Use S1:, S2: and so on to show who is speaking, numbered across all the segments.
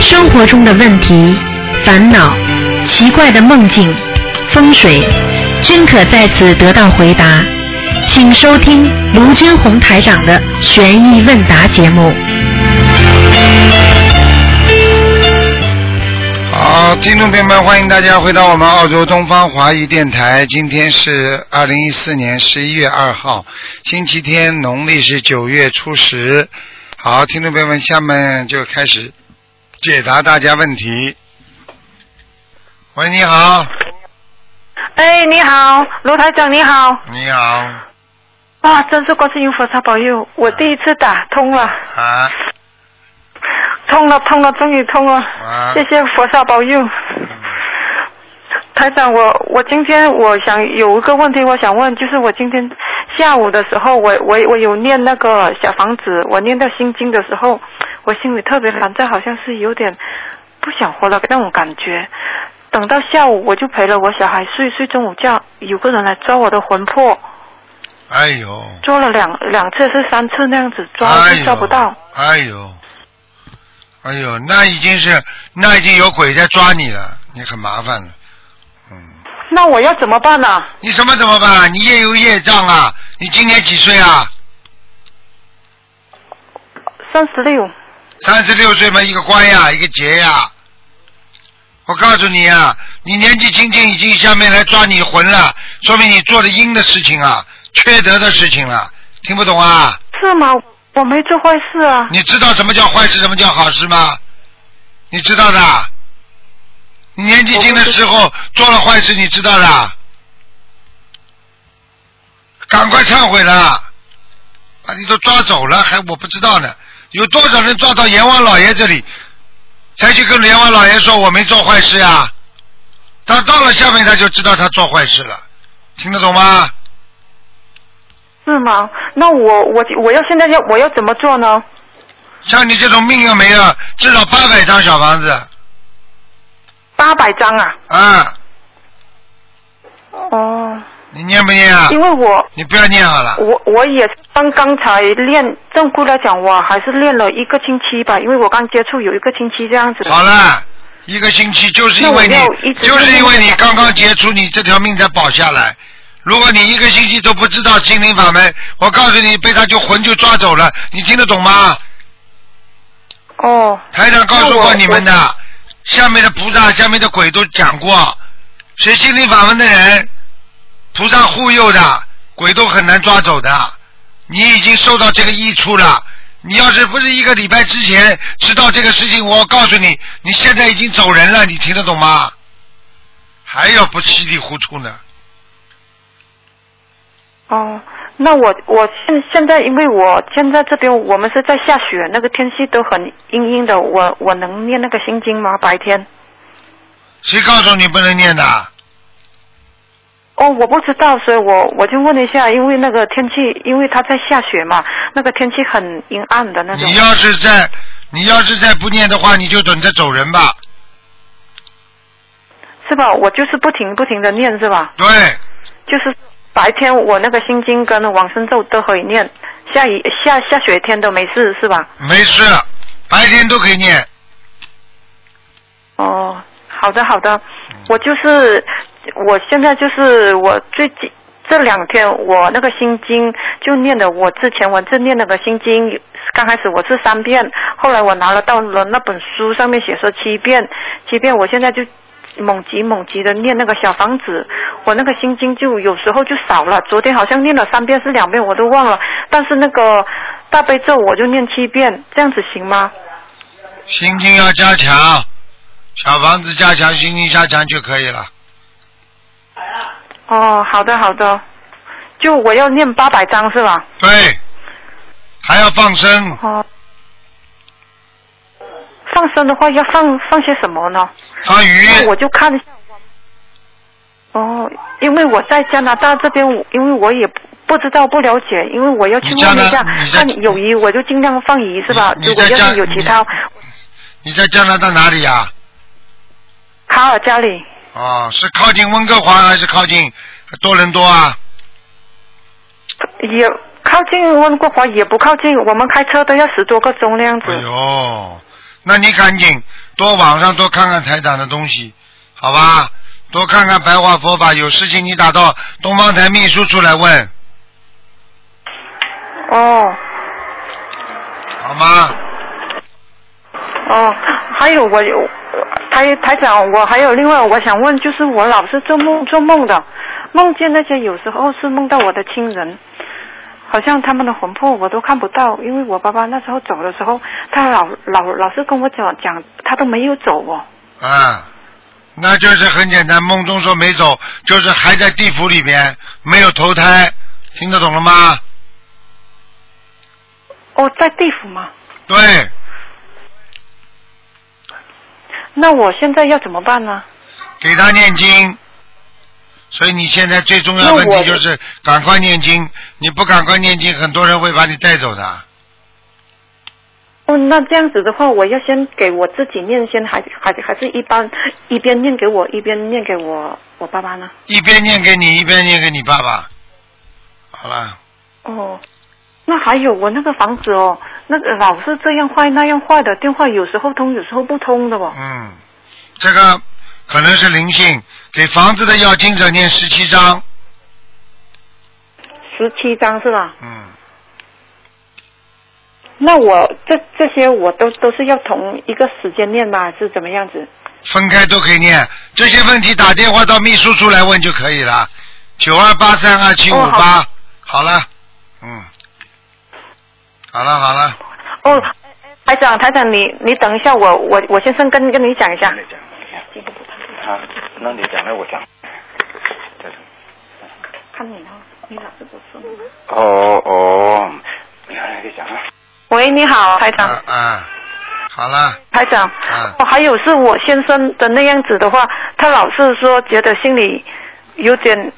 S1: 生活中的问题、烦恼、奇怪的梦境、风水，均可在此得到回答。请收听卢军红台长的《悬疑问答》节目。
S2: 好，听众朋友们，欢迎大家回到我们澳洲东方华语电台。今天是二零一四年十一月二号，星期天，农历是九月初十。好，听众朋友们，下面就开始解答大家问题。喂，你好，
S3: 哎，你好，卢台长，你好。
S2: 你好，
S3: 啊，真是观世音菩萨保佑，我第一次打通了，
S2: 啊
S3: 通了，通了，终于通了，
S2: 啊
S3: 谢谢菩萨保佑。台长，我我今天我想有一个问题，我想问，就是我今天下午的时候，我我我有念那个小房子，我念到心经的时候，我心里特别烦躁，好像是有点不想活了那种感觉。等到下午，我就陪了我小孩睡睡中午觉，有个人来抓我的魂
S2: 嗯
S3: 魄，
S2: 哎呦，
S3: 抓了两两次是三次那样子抓，
S2: 哎
S3: 就
S2: 呦，
S3: 抓不到。
S2: 哎呦，哎呦，那已经是那已经有鬼在抓你了，你很麻烦了。嗯
S3: 那我要怎么办呢、
S2: 你什么怎么办？啊你业有业障啊！你今年几岁啊？
S3: 三十六，
S2: 三十六岁嘛，一个官呀，一个劫呀。我告诉你啊，你年纪轻轻已经下面来抓你魂了，说明你做了阴的事情啊，缺德的事情了，听不懂啊？
S3: 是吗？我没做坏事啊。
S2: 你知道什么叫坏事，什么叫好事吗？你知道的。你年纪轻的时候做了坏事，你知道的。赶快忏悔了，把你都抓走了，还我不知道呢。有多少人抓到阎王老爷这里，才去跟阎王老爷说我没做坏事呀、他到了下面他就知道他做坏事了，听得懂吗？
S3: 是吗？那我我我要现在要我要怎么做呢？
S2: 像你这种命要没了，至少八百张小房子
S3: 八百张啊？
S2: 啊，
S3: 哦，
S2: 你念不念啊？
S3: 因为我
S2: 你不要念好了。
S3: 我我也刚刚才练，正规来讲我还是练了一个星期吧，因为我刚接触有一个星期这样子。
S2: 好了，一个星期就是因为
S3: 那我要
S2: 你
S3: 一，直
S2: 就是因为你刚刚结出你这条命才保下来。如果你一个星期都不知道心灵法门，我告诉你，被他就魂就抓走了。你听得懂吗？
S3: 哦，
S2: 台长告诉
S3: 那
S2: 过
S3: 我
S2: 你们的，下面的菩萨、下面的鬼都讲过，学心灵法门的人，菩萨护佑的，鬼都很难抓走的。你已经受到这个益处了。你要是不是一个礼拜之前知道这个事情，我告诉你，你现在已经走人了，你听得懂吗？还要不稀里糊涂呢？
S3: 哦，那我我现现在因为我现在这边我们是在下雪，那个天气都很阴阴的，我我能念那个心经吗？白天？
S2: 谁告诉你不能念的？
S3: 哦，我不知道，所以我我就问一下，因为那个天气，因为它在下雪嘛，那个天气很阴暗的那种
S2: 你。要是在，你要是再不念的话，你就等着走人吧。
S3: 是吧？我就是不停不停的念是吧？
S2: 对，
S3: 就是白天我那个心经跟往生咒都可以念，下雨下下雪天都没事是吧？
S2: 没事，白天都可以念。
S3: 哦，好的好的，我就是我现在就是我最近。这两天我那个心经就念的，我之前我就念那个心经，刚开始我是三遍，后来我拿了到了那本书上面写说七遍，七遍我现在就猛急猛急的念那个小房子，我那个心经就有时候就少了，昨天好像念了三遍是两遍我都忘了，但是那个大悲咒我就念七遍，这样子行吗？
S2: 心经要加强，小房子加强，心经加强就可以了。
S3: 哦，好的好的，就我要念八百张是吧？
S2: 对，还要放生，
S3: 哦，放生的话要放放些什么呢？
S2: 放鱼。
S3: 那我就看一下我。哦，因为我在加拿大这边，我因为我也不不知道不了解，因为我要去
S2: 你加
S3: 问
S2: 拿
S3: 一下
S2: 你，在
S3: 看有鱼我就尽量放鱼是吧？
S2: 你
S3: 如
S2: 你
S3: 果
S2: 在
S3: 要
S2: 加
S3: 是有其他，
S2: 你在加拿大哪里呀、
S3: 卡尔加里
S2: 哦，是靠近温哥华还是靠近多伦多啊？
S3: 也靠近温哥华，也不靠近，我们开车都要十多个钟那样子
S2: 哎。呦，那你赶紧多网上多看看台长的东西，好吧？多看看白话佛法，有事情你打到东方台秘书处来问，
S3: 哦
S2: 好吗？
S3: 哦，还有我有台台长，我还有另外我想问，就是我老是做梦做梦的，梦见那些有时候是梦到我的亲人，好像他们的魂魄我都看不到，因为我爸爸那时候走的时候，他老老老是跟我讲讲他都没有走哦。
S2: 啊，那就是很简单，梦中说没走，就是还在地府里面，没有投胎，听得懂了吗？
S3: 哦，在地府吗？
S2: 对，
S3: 那我现在要怎么办呢？
S2: 给他念经。所以你现在最重要问
S3: 那我
S2: 题就是赶快念经，你不赶快念经，很多人会把你带走的。
S3: 哦，那这样子的话，我要先给我自己念，先还还还是一般一边念给我，一边念给我我爸爸呢？
S2: 一边念给你，一边念给你爸爸。好了，
S3: 哦，那还有我那个房子哦，那个老是这样坏那样坏的，电话有时候通，有时候不通的哦。
S2: 嗯，这个可能是灵性，给房子的要经者念十七章。
S3: 十七张是吧？
S2: 嗯，
S3: 那我这这些我都都是要同一个时间念吗？还是怎么样子？
S2: 分开都可以念，这些问题打电话到秘书处来问就可以了。九二八三二七五
S3: 哦
S2: 八
S3: 好，
S2: 好了，嗯，好了好了，
S3: 哦，台长台长，你你等一下，我我我先生跟跟你讲一下。
S4: 讲，好，啊那你讲，那我讲。对
S3: 看你呢，你老是不说。
S4: 哦哦，你看你讲啊。
S3: 喂，你好，台长。
S2: 啊啊，好了，
S3: 台长，
S2: 啊
S3: 哦，还有是我先生的那样子的话，他老是说觉得心里有点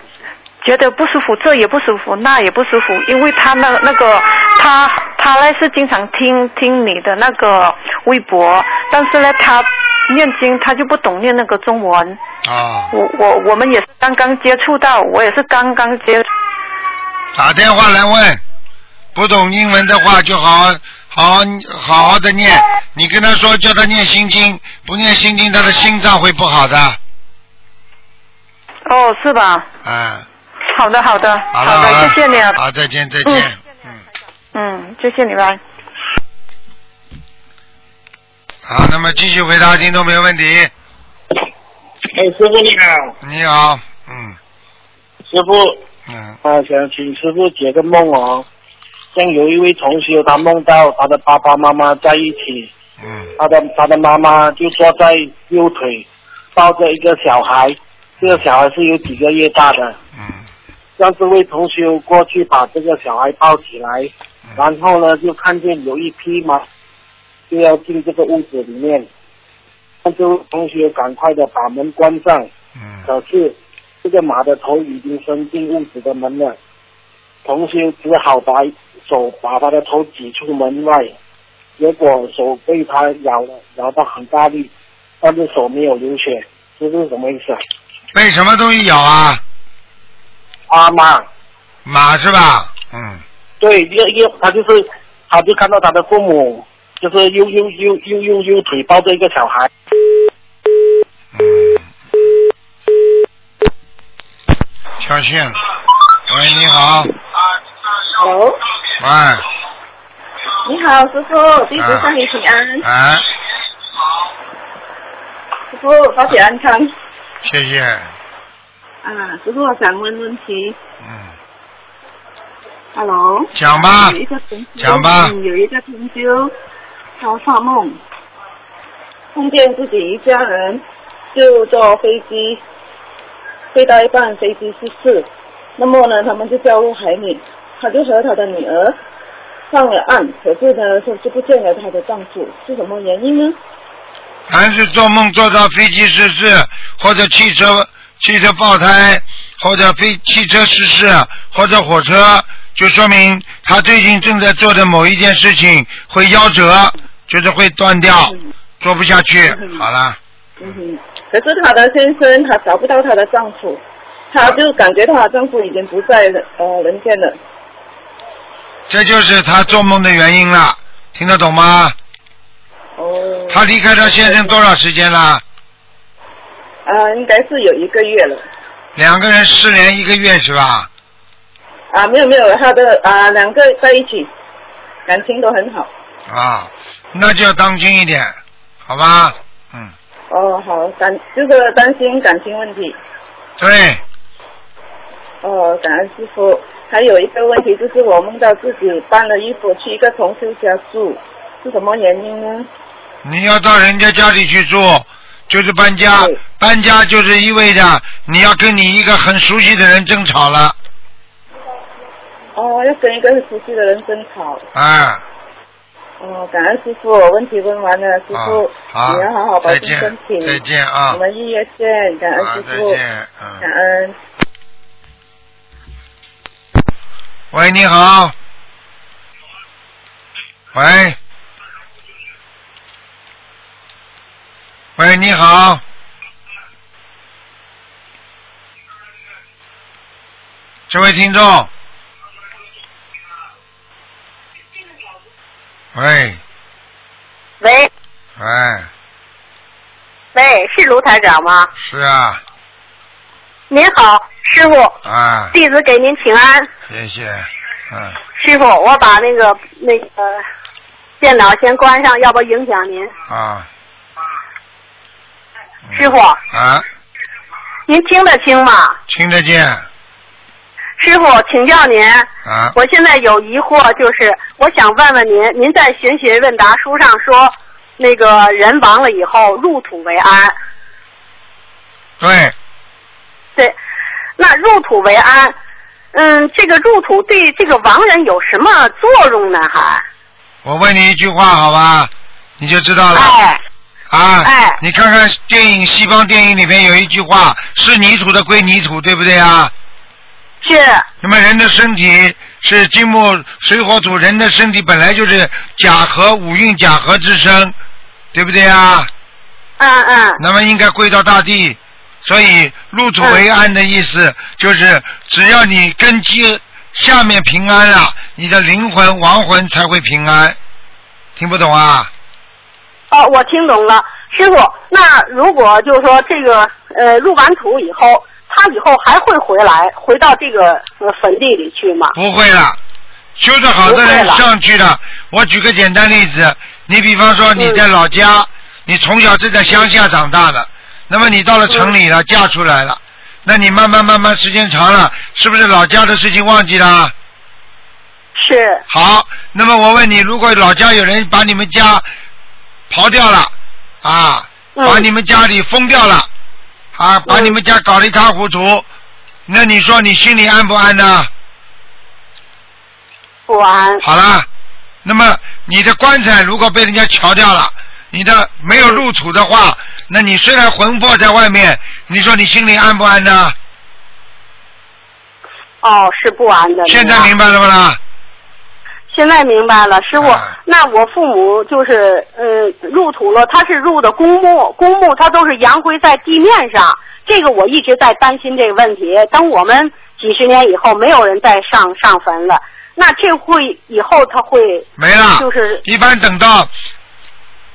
S3: 觉得不舒服，这也不舒服，那也不舒服，因为他那那个他他呢是经常听听你的那个微博，但是呢他念经他就不懂念那个中文，
S2: 哦，
S3: 我我我们也是刚刚接触到，我也是刚刚接触，
S2: 打电话来问，不懂英文的话就好好好好好好的念，你跟他说叫他念心经，不念心经他的心脏会不好的，
S3: 哦，是吧？
S2: 啊，
S3: 好的好的
S2: 好了
S3: 的，
S2: 好了，
S3: 谢谢你啊，
S2: 好，再见再见，嗯。
S3: 嗯，谢谢你拜。
S2: 好，那么继续回答听众没问题。
S5: 哎，师傅你好，
S2: 你好，嗯
S5: 师傅
S2: 嗯，
S5: 啊，想请师傅解个梦哦。像有一位同学，他梦到他的爸爸妈妈在一起，
S2: 嗯
S5: 他的他的妈妈就坐在右腿，抱着一个小孩，这个小孩是有几个月大的。
S2: 嗯
S5: 让这位同学过去把这个小孩抱起来，然后呢就看见有一匹马就要进这个屋子里面，让这位同学赶快的把门关上。
S2: 嗯
S5: 可是这个马的头已经伸进屋子的门了，同学只好把手把他的头挤出门外，结果手被他咬了，咬到很大力，但是手没有流血，这是什么意思啊？
S2: 被什么东西咬啊？
S5: 阿妈，
S2: 马是吧？嗯
S5: 对，因为因为他就是，他就看到他的父母就是右右右右右右腿抱着一个小孩，
S2: 嗯。小心。喂，你好。
S6: Hello，
S2: 喂。
S6: 你好，师傅，弟子向你请安，
S2: 哎，
S6: 师傅保体安康。
S2: 谢谢。
S6: 啊，师傅，我想问问题。
S2: 嗯，
S6: Hello，
S2: 讲吧
S6: 有一个同修，
S2: 讲吧
S6: 嗯有一个同修，他发梦，梦见自己一家人就坐飞机，飞到一半飞机失事，那么呢，他们就掉入海里，他就和他的女儿上了岸，可是呢，就就不见了她的丈夫，是什么原因呢？
S2: 凡是做梦做到飞机失事，或者汽车汽车爆胎，或者飞汽车失事，或者火车，就说明他最近正在做的某一件事情会夭折，就是会断掉，做不下去。好了，
S6: 嗯哼，可是她的先生她找不到她的丈夫，她就感觉她的丈夫已经不在人呃人间了。
S2: 这就是他做梦的原因了，听得懂吗？
S6: 哦，
S2: 她离开她先生多少时间啦？
S6: 呃，应该是有一个月了。
S2: 两个人失联一个月是吧？
S6: 啊，没有没有，他的啊两个在一起，感情都很好。
S2: 啊，那就要当心一点，好吧？嗯，
S6: 哦，好，担就是担心感情问题。
S2: 对，
S6: 哦，感恩师傅。还有一个问题就是，我梦到自己搬了衣服去一个同修家住，是什么原因呢？
S2: 你要到人家家里去住，就是搬家
S6: 对，
S2: 搬家就是意味着你要跟你一个很熟悉的人争吵了，
S6: 哦，要跟一个熟悉的人争吵。
S2: 啊，
S6: 哦，感恩师傅，问题问完了，师傅，
S2: 啊好，
S6: 你要好好保
S2: 再
S6: 重身
S2: 见，
S6: 体。
S2: 再见啊
S6: 我，们预约见，感恩
S2: 啊
S6: 师，
S2: 再
S6: 傅，
S2: 见，
S6: 感
S2: 嗯，
S6: 恩。
S2: 喂，你好，喂，喂，你好，这位听众，喂，
S7: 喂
S2: 哎，
S7: 喂，是卢台长吗？
S2: 是啊，
S7: 您好，师傅，
S2: 啊，
S7: 弟子给您请安。
S2: 谢谢，嗯，
S7: 师傅，我把那个那个电脑先关上，要不影响您。
S2: 啊，嗯
S7: 师傅，
S2: 啊，
S7: 您听得清吗？
S2: 听得见，
S7: 师傅，请教您，
S2: 啊，
S7: 我现在有疑惑，就是我想问问您，您在《玄学问答》书上说，那个人亡了以后入土为安，
S2: 对，
S7: 对，那入土为安，嗯，这个入土对这个亡人有什么作用呢？还，
S2: 我问你一句话，好吧，你就知道了。
S7: 哎，
S2: 啊，
S7: 哎
S2: 你看看电影，西方电影里面有一句话：是泥土的归泥土，对不对啊？
S7: 是，
S2: 那么人的身体是金木水火土，人的身体本来就是甲合五运甲合之身，对不对啊？
S7: 嗯嗯。
S2: 那么应该归到大地，所以入土为安的意思就是，只要你根基下面平安了，你的灵魂亡魂才会平安。听不懂啊？
S7: 哦，我听懂了，师傅。那如果就是说这个呃入完土以后，他以后还会回来，回到这个呃坟地里去吗？
S2: 不会了，修得好的人
S7: 不会了
S2: 上去了。我举个简单例子，你比方说你在老家，你从小是在乡下长大的，那么你到了城里
S7: 嗯
S2: 了，嫁出来了，那你慢慢慢慢时间长了，是不是老家的事情忘记了啊？
S7: 是，
S2: 好，那么我问你，如果老家有人把你们家刨掉了，啊，
S7: 嗯
S2: 把你们家里封掉了，啊，把你们家搞得一塌糊涂，那你说你心里安不安呢？
S7: 不安。
S2: 好啦，那么你的棺材如果被人家撬掉了，你的没有入土的话，那你虽然魂魄在外面，你说你心里安不安呢？
S7: 哦，是不安的。
S2: 现在
S7: 明白
S2: 明白了不啦？
S7: 现在明白了，师傅。
S2: 啊
S7: 那我父母就是呃入土了，他是入的公墓，公墓它都是扬灰在地面上。这个我一直在担心这个问题。等我们几十年以后，没有人再上上坟了，那这会以后他会
S2: 没了，
S7: 就是
S2: 一般等到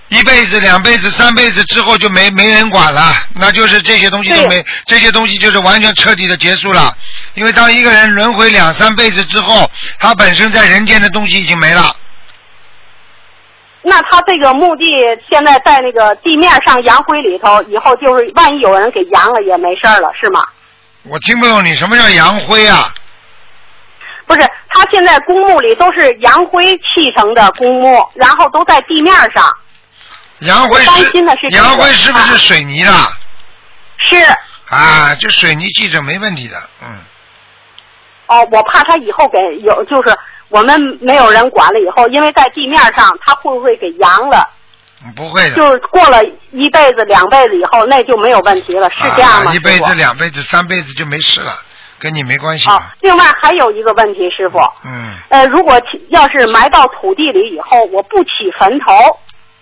S2: 一辈子、两辈子、三辈子之后就没没人管了，那就是这些东西都
S7: 对
S2: 没，这些东西就是完全彻底的结束了。因为当一个人轮回两三辈子之后，他本身在人间的东西已经没了。
S7: 那他这个墓地现在在那个地面上扬灰里头，以后就是万一有人给扬了也没事儿了，是吗？
S2: 我听不懂你什么叫扬灰啊？
S7: 不是，他现在公墓里都是扬灰砌成的公墓，然后都在地面上。
S2: 杨辉
S7: 我担心的是这个
S2: 杨辉是不是水泥的？
S7: 是，
S2: 啊，这水泥记者没问题的，嗯，
S7: 哦，我怕他以后给有，就是我们没有人管了以后，因为在地面上，他会不会给扬了？
S2: 不会的。
S7: 就是过了一辈子、两辈子以后，那就没有问题了，是这样吗？
S2: 啊、一辈
S7: 师
S2: 子、
S7: 傅
S2: 两辈子、三辈子就没事了，跟你没关系的。
S7: 哦，另外还有一个问题，师傅，
S2: 嗯，
S7: 呃，如果起要是埋到土地里以后，我不起坟头，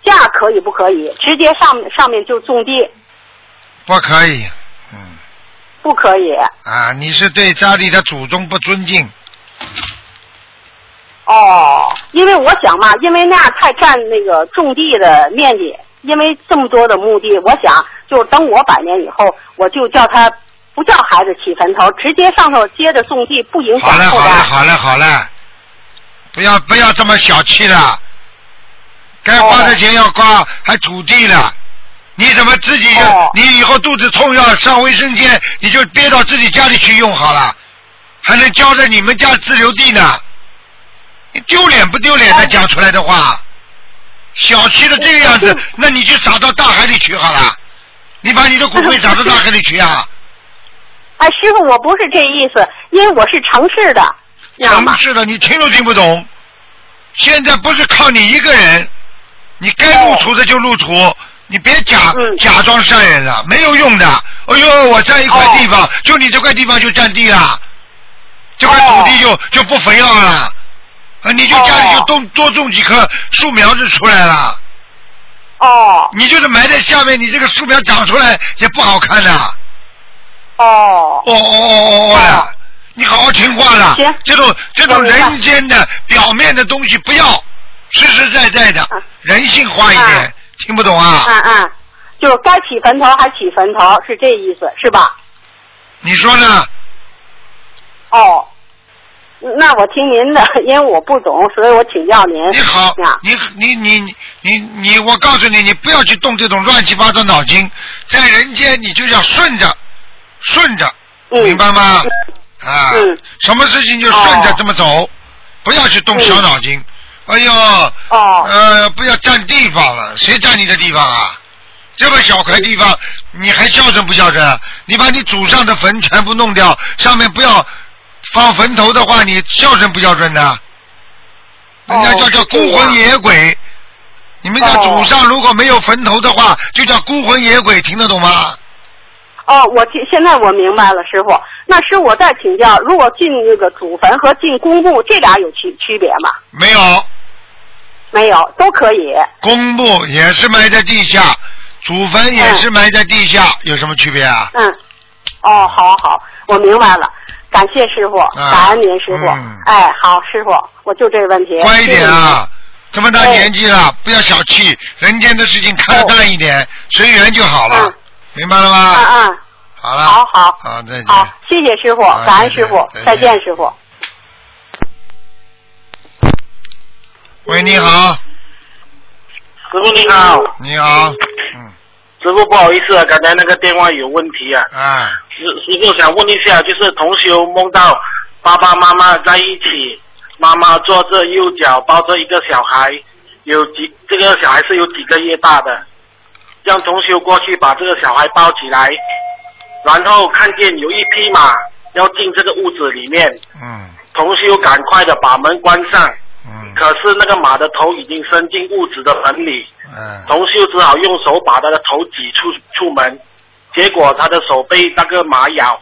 S7: 这样可以不可以？直接上上面就种地，
S2: 不可以，嗯，
S7: 不可以。
S2: 啊，你是对家里的祖宗不尊敬，
S7: 哦，因为我想嘛，因为那样太占那个种地的面积，因为这么多的目的，我想就是等我百年以后，我就叫他不叫孩子起坟头，直接上头接着种地，不影响
S2: 好了
S7: 后
S2: 好了
S7: 代。
S2: 好了好了，不要不要这么小气了，该花的钱要花，还土地了。你怎么自己就、
S7: 哦
S2: 你以后肚子痛要上卫生间，你就憋到自己家里去用好了，还能浇着你们家自留地呢？你丢脸不丢脸？他讲出来的话，小气的这个样子，那你就撒到大海里去好了，你把你的骨灰撒到大海里去啊！
S7: 哎，师傅，我不是这意思，因为我是城市的，知道吗
S2: 城？市的你听都听不懂。现在不是靠你一个人，你该入土的就入土，你别假、
S7: 嗯
S2: 假装善人了，没有用的。哎呦，我占一块地方，就你这块地方就占地了，这块土地就、就不肥料了，啊，你就家里就
S7: 哦
S2: 多、多种几棵树苗子出来了。
S7: 哦
S2: 你就是埋在下面，你这个树苗长出来也不好看的。
S7: 哦，
S2: 哦哦哦哦哦
S7: 哦
S2: 的，你好好听话了
S7: 行。
S2: 这种这
S7: 我
S2: 种
S7: 明白
S2: 人间的表面的东西不要，实实在在的，人性化一点
S7: 啊。
S2: 听不懂啊？
S7: 嗯嗯，就是该起坟头还起坟头，是这意思是吧？
S2: 你说呢？
S7: 哦，那我听您的，因为我不懂，所以我请教您。啊
S2: 你好
S7: 呀，
S2: 你你你你你你，我告诉你，你不要去动这种乱七八糟脑筋，在人间你就要顺着，顺着，
S7: 嗯
S2: 明白吗？啊，
S7: 嗯
S2: 什么事情就顺着
S7: 哦嗯
S2: 这么走，不要去动小脑筋。哎呦，
S7: 哦
S2: 呃，不要占地方了，谁占你的地方啊？这么小块地方，你还孝顺不孝顺？啊你把你祖上的坟全部弄掉，上面不要放坟头的话，你孝顺不孝顺呢？人家
S7: 哦
S2: 叫叫
S7: 是这样
S2: 孤魂野鬼，你们家祖上如果没有坟头的话，就叫孤魂野鬼，听得懂吗？
S7: 哦，我听现在我明白了，师傅。那师傅，我再请教，如果进那个祖坟和进公墓，这俩有区区别吗？
S2: 没有，
S7: 没有，都可以。
S2: 公墓也是埋在地下，祖坟也是埋在地下，有什么区别啊？
S7: 嗯，哦，好好，我明白了，感谢师傅，感恩您师傅。
S2: 啊嗯
S7: 哎，好，师傅，我就这个问题。
S2: 乖一点
S7: 谢谢您！
S2: 啊！这么大
S7: 哎
S2: 年纪了，不要小气，人间的事情看得淡一点，随缘就好了
S7: 嗯，
S2: 明白了吗？
S7: 嗯嗯，
S2: 好了，
S7: 好好
S2: 好，再见。
S7: 好，谢谢师傅，
S2: 好
S7: 感
S2: 啊再
S7: 恩
S2: 见
S7: 师傅
S2: 再见，
S7: 再见师傅。
S2: 喂，你好，
S8: 师傅你好，
S2: 你好，嗯，
S8: 师傅不好意思啊，刚才那个电话有问题啊。
S2: 啊，
S8: 师师傅想问一下，就是同修梦到爸爸妈妈在一起，妈妈坐着右脚抱着一个小孩，有几这个小孩是有几个月大的，让同修过去把这个小孩抱起来，然后看见有一匹马要进这个屋子里面，
S2: 嗯
S8: 同修赶快的把门关上，
S2: 嗯
S8: 可是那个马的头已经伸进屋子的门里。
S2: 嗯，
S8: 同修只好用手把他的头挤出出门，结果他的手被那个马咬，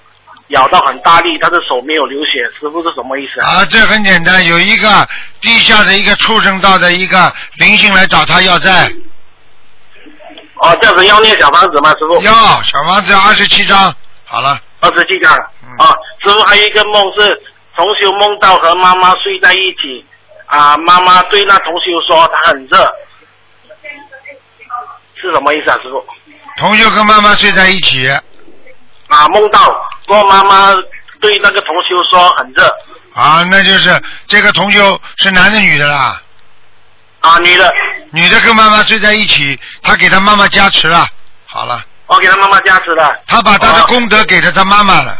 S8: 咬到很大力，他的手没有流血，师傅是什么意思啊？
S2: 啊，这很简单，有一个地下的一个畜生道的一个灵性来找他要债，
S7: 嗯
S8: 哦，这样子要念小房子吗，师傅？
S2: 啊
S8: 哦
S2: 要小房子二十七张，好了，
S8: 二十七张。
S2: 嗯
S8: 啊，师傅还有一个梦是同修梦到和妈妈睡在一起，啊，妈妈对那同修说她很热，是什么意思啊，师傅？
S2: 同学跟妈妈睡在一起，
S8: 啊，梦到说妈妈对那个同修说很热，
S2: 啊，那就是这个同修是男的女的啦，
S8: 啊，女的，
S2: 女的跟妈妈睡在一起，他给他妈妈加持了，好了，
S8: 我给他妈妈加持了。
S2: 他把他的
S8: 哦
S2: 功德给了他妈妈了，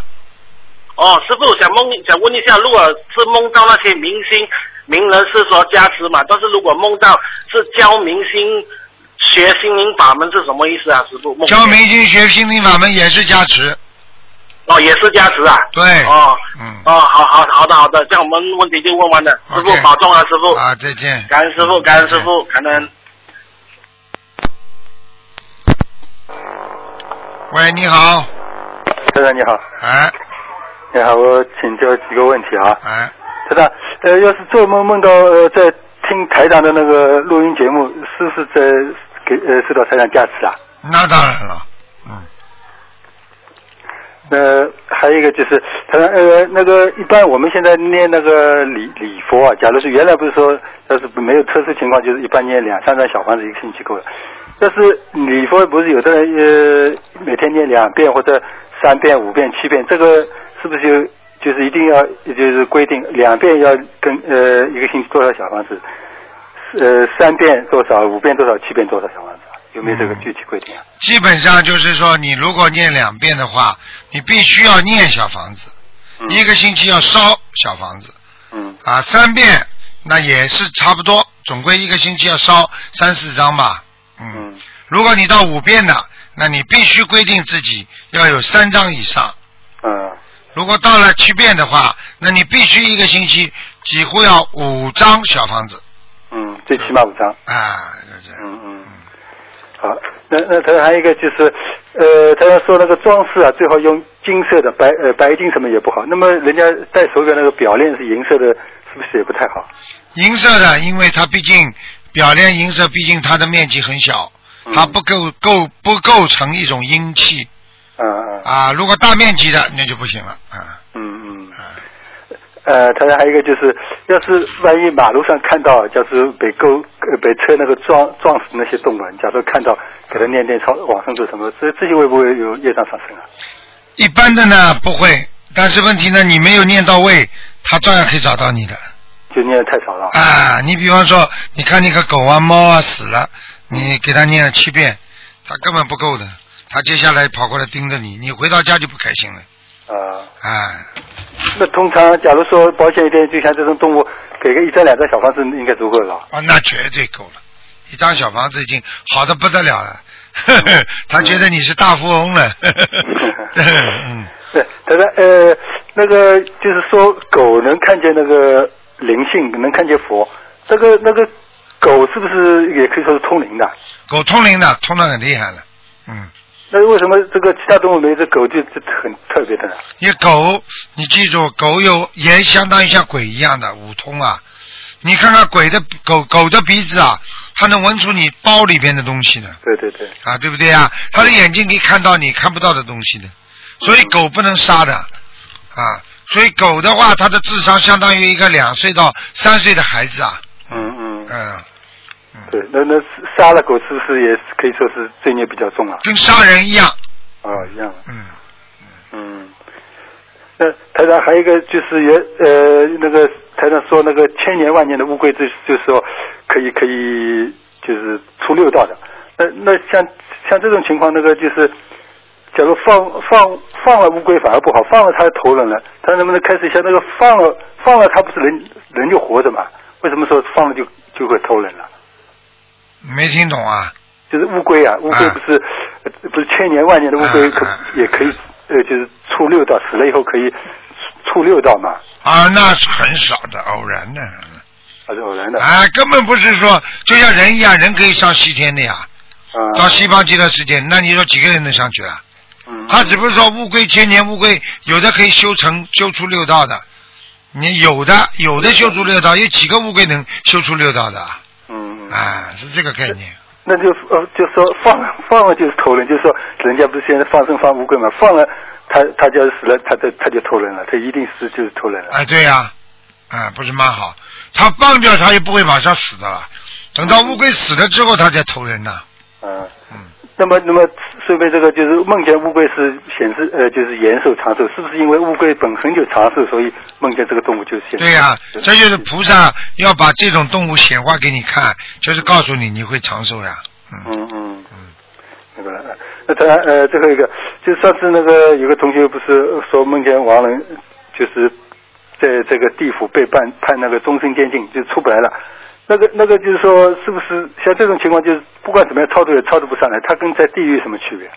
S8: 哦，师傅想梦想问一下，如果是梦到那些明星名人是说加持嘛，但是如果梦到是教明星学心灵法门是什么意思啊？师傅，梦见
S2: 教明星学心灵法门也是加持，
S8: 哦也是加持啊。
S2: 对，
S8: 哦
S2: 嗯，
S8: 哦，好好好的好的，这样我们问题就问完了。师傅
S2: OK
S8: 保重啊，师傅，
S2: 啊，再见。
S8: 感恩师傅，感恩师傅，感恩。
S2: 喂，你好，
S4: 先生你好，
S2: 哎
S4: 你好，我请教几个问题啊。
S2: 哎，
S4: 台长，呃，要是做梦梦到呃在听台长的那个录音节目，是不是在给呃受到台长加持啊？
S2: 那当然了，嗯，
S4: 那、还有一个就是，台长呃那个一般我们现在念那个礼礼佛呃啊，假如是原来不是说要是没有特殊情况，就是一般念两三张小房子一个星期够了。但是礼佛不是有的人呃每天念两遍或者三遍、五遍、七遍，这个是不是就就是一定要就是规定两遍要跟呃一个星期多少小房子，呃三遍多少、五遍多少、七遍多少小房子啊？有没有这个具体规定啊？
S2: 基本上就是说，你如果念两遍的话，你必须要念小房子，一个星期要烧小房子
S4: 嗯
S2: 啊，三遍那也是差不多，总归一个星期要烧三四张吧。
S4: 嗯
S2: 如果你到五遍的，那你必须规定自己要有三张以上。
S4: 嗯
S2: 如果到了七遍的话，那你必须一个星期几乎要五张小房子
S4: 嗯，最起码五张。
S2: 啊，就这样
S4: 嗯嗯，好，那那他还有一个就是，呃，他说那个装饰啊，最好用金色的，白呃白金什么也不好。那么人家戴手表那个表链是银色的，是不是也不太好？
S2: 银色的，因为它毕竟表链银色，毕竟它的面积很小，它不够够不构成一种阴气
S4: 嗯嗯
S2: 啊。如果大面积的那就不行了啊。
S4: 嗯嗯。呃，他还有一个就是，要是万一马路上看到，就是被勾、呃被车那个撞撞死那些动物，啊假如看到给他念念抄往生咒什么，这这些会不会有业障上升啊？
S2: 一般的呢不会，但是问题呢，你没有念到位，它照样可以找到你的
S4: 就念的太少了。
S2: 啊。你比方说，你看那个狗啊、猫啊死了，你给它念了七遍，它根本不够的，它接下来跑过来盯着你，你回到家就不开心了
S4: 啊、
S2: 啊。
S4: 那通常，假如说保险一点，就像这种动物，给个一张两张小房子应该足够了吧。
S2: 啊，那绝对够了，一张小房子已经好的不得了了。呵呵 他觉得你是大富翁了，呵呵 嗯，
S4: 对，他说呃，那个就是说狗能看见那个灵性，能看见佛，那个那个狗是不是也可以说是通灵的？
S2: 狗通灵的，通的很厉害了，嗯，
S4: 那为什么这个其他动物没这狗就就很特别的呢？
S2: 因为狗，你记住，狗有也相当于像鬼一样的五通啊，你看看鬼的狗狗的鼻子啊，它能闻出你包里边的东西的
S4: 对对对，
S2: 啊，对不对啊？它的眼睛可以看到你看不到的东西的，所以狗不能杀的啊，所以狗的话，它的智商相当于一个两岁到三岁的孩子啊，
S4: 嗯嗯，
S2: 嗯，
S4: 对，那那杀了狗是不是也可以说是罪孽比较重啊？
S2: 跟杀人一样。
S4: 啊、一样的。
S2: 嗯，
S4: 嗯，那台长还有一个就是也呃那个台长说那个千年万年的乌龟就是就是说可以可以就是出六道的，那那像像这种情况那个就是，假如放放放了乌龟反而不好，放了它投人了，它能不能开始一下那个放了放了它不是人人就活着嘛？为什么说放了就就会投人了？
S2: 没听懂啊？
S4: 就是乌龟啊，乌龟不是、呃不是千年万年的乌龟
S2: 啊
S4: 可、
S2: 啊
S4: 也可以呃，就是触六道，死了以后可以触触六道嘛，
S2: 啊，那是很少的，偶然的。
S4: 还是偶然的啊
S2: 啊，根本不是说就像人一样，人可以上西天的呀，
S4: 啊
S2: 到西方极乐世界。那你说几个人能上去啊？
S4: 嗯
S2: 他只不过说乌龟千年乌龟，有的可以修成修出六道的，你有的有的修出六道，有几个乌龟能修出六道的啊？
S4: 嗯，嗯
S2: 啊，是这个概念。
S4: 那就呃就说放了放了就是投人，就是说人家不是现在放生放乌龟嘛，放了他他就要死了，他就他就投人了，他一定是就是投人了。
S2: 哎，对呀、啊，不是蛮好。他放掉他也不会马上死的了，等到乌龟死了之后，他才投人呢。
S4: 嗯
S2: 嗯。
S4: 那么，那么，顺便这个就是梦见乌龟是显示呃，就是延寿长寿，是不是因为乌龟本身就长寿，所以梦见这个动物就是显示
S2: 对呀、这就是菩萨要把这种动物显化给你看，就是告诉你你会长寿呀。嗯，
S4: 嗯嗯，那个呃那当然呃，最后一个就是上次那个有个同学不是说梦见亡人，就是在这个地府被判判那个终身监禁，就出不来了。那个那个就是说，是不是像这种情况，就是不管怎么样超度也超度不上来，他跟在地狱有什么区别？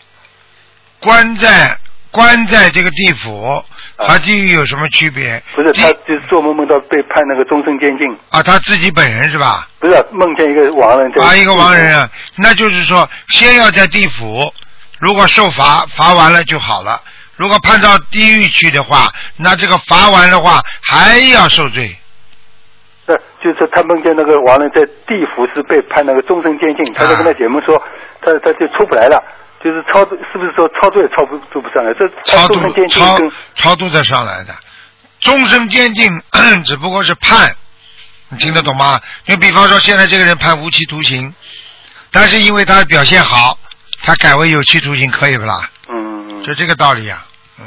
S2: 关在关在这个地府和地狱有什么区别？
S4: 不是，
S2: 地
S4: 他就是做梦梦到被判那个终身监禁，
S2: 啊，他自己本人是吧？
S4: 不是啊、梦见一个亡人在
S2: 啊，一个亡人，啊，那就是说，先要在地府，如果受罚，罚完了就好了；如果判到地狱去的话，那这个罚完的话还要受罪。
S4: 那就是他梦见那个亡人在地府是被判那个终身监
S2: 啊
S4: 禁，他就跟他姐妹说，他他就出不来了，就是超度，是不是说超度也超不度不上来？这
S2: 超
S4: 他
S2: 度
S4: 终身监禁
S2: 超
S4: 跟
S2: 超度再上来的，终身监禁 只不过是判，你听得懂吗？因为比方说现在这个人判无期徒刑，但是因为他表现好，他改为有期徒刑可以不啦？
S4: 嗯，嗯
S2: 就这个道理啊。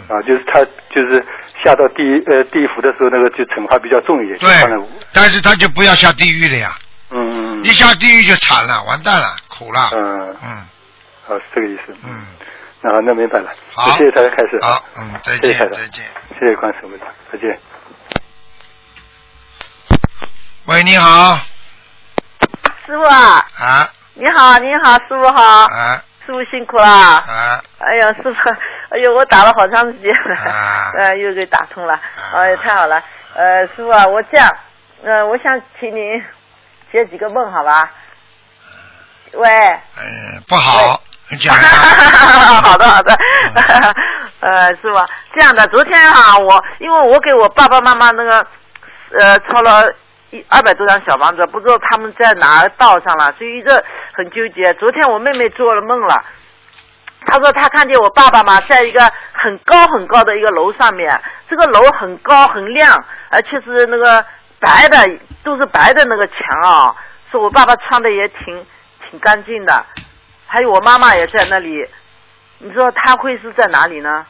S4: 啊，就是他就是下到地呃地府的时候，那个就惩罚比较重一点。
S2: 对
S4: 判了五，
S2: 但是他就不要下地狱了呀，
S4: 嗯嗯
S2: 一下地狱就惨了，完蛋了，苦了。
S4: 嗯，嗯
S2: 嗯
S4: 好，是这个意思。
S2: 嗯，
S4: 那好，那明白了。
S2: 好
S4: 谢谢大家开始。啊
S2: 好，，嗯，再
S4: 谢谢台长
S2: 见，再见。
S4: 谢谢观世音菩萨，再见。
S2: 喂，你好，
S9: 师傅啊，
S2: 啊
S9: 你好，你好，师傅好，
S2: 啊
S9: 师傅辛苦了。
S2: 啊
S9: 哎呀，师傅，哎呦，我打了好长时间了，
S2: 啊
S9: 呃，又给打通了，哎呀，太好了。呃，师傅啊，我这样，呃，我想请您解几个梦，好吧？喂，
S2: 嗯，不好，你讲一下。
S9: 好的好的， 呃，师傅，这样的，昨天啊，我因为我给我爸爸妈妈那个呃抄了一二百多张小房子，不知道他们在哪儿道上了，所以一直很纠结。昨天我妹妹做了梦了。她说她看见我爸爸嘛，在一个很高很高的一个楼上面，这个楼很高很亮，而且是那个白的，都是白的那个墙啊。说我爸爸穿的也挺挺干净的，还有我妈妈也在那里。你说他会是在哪里呢？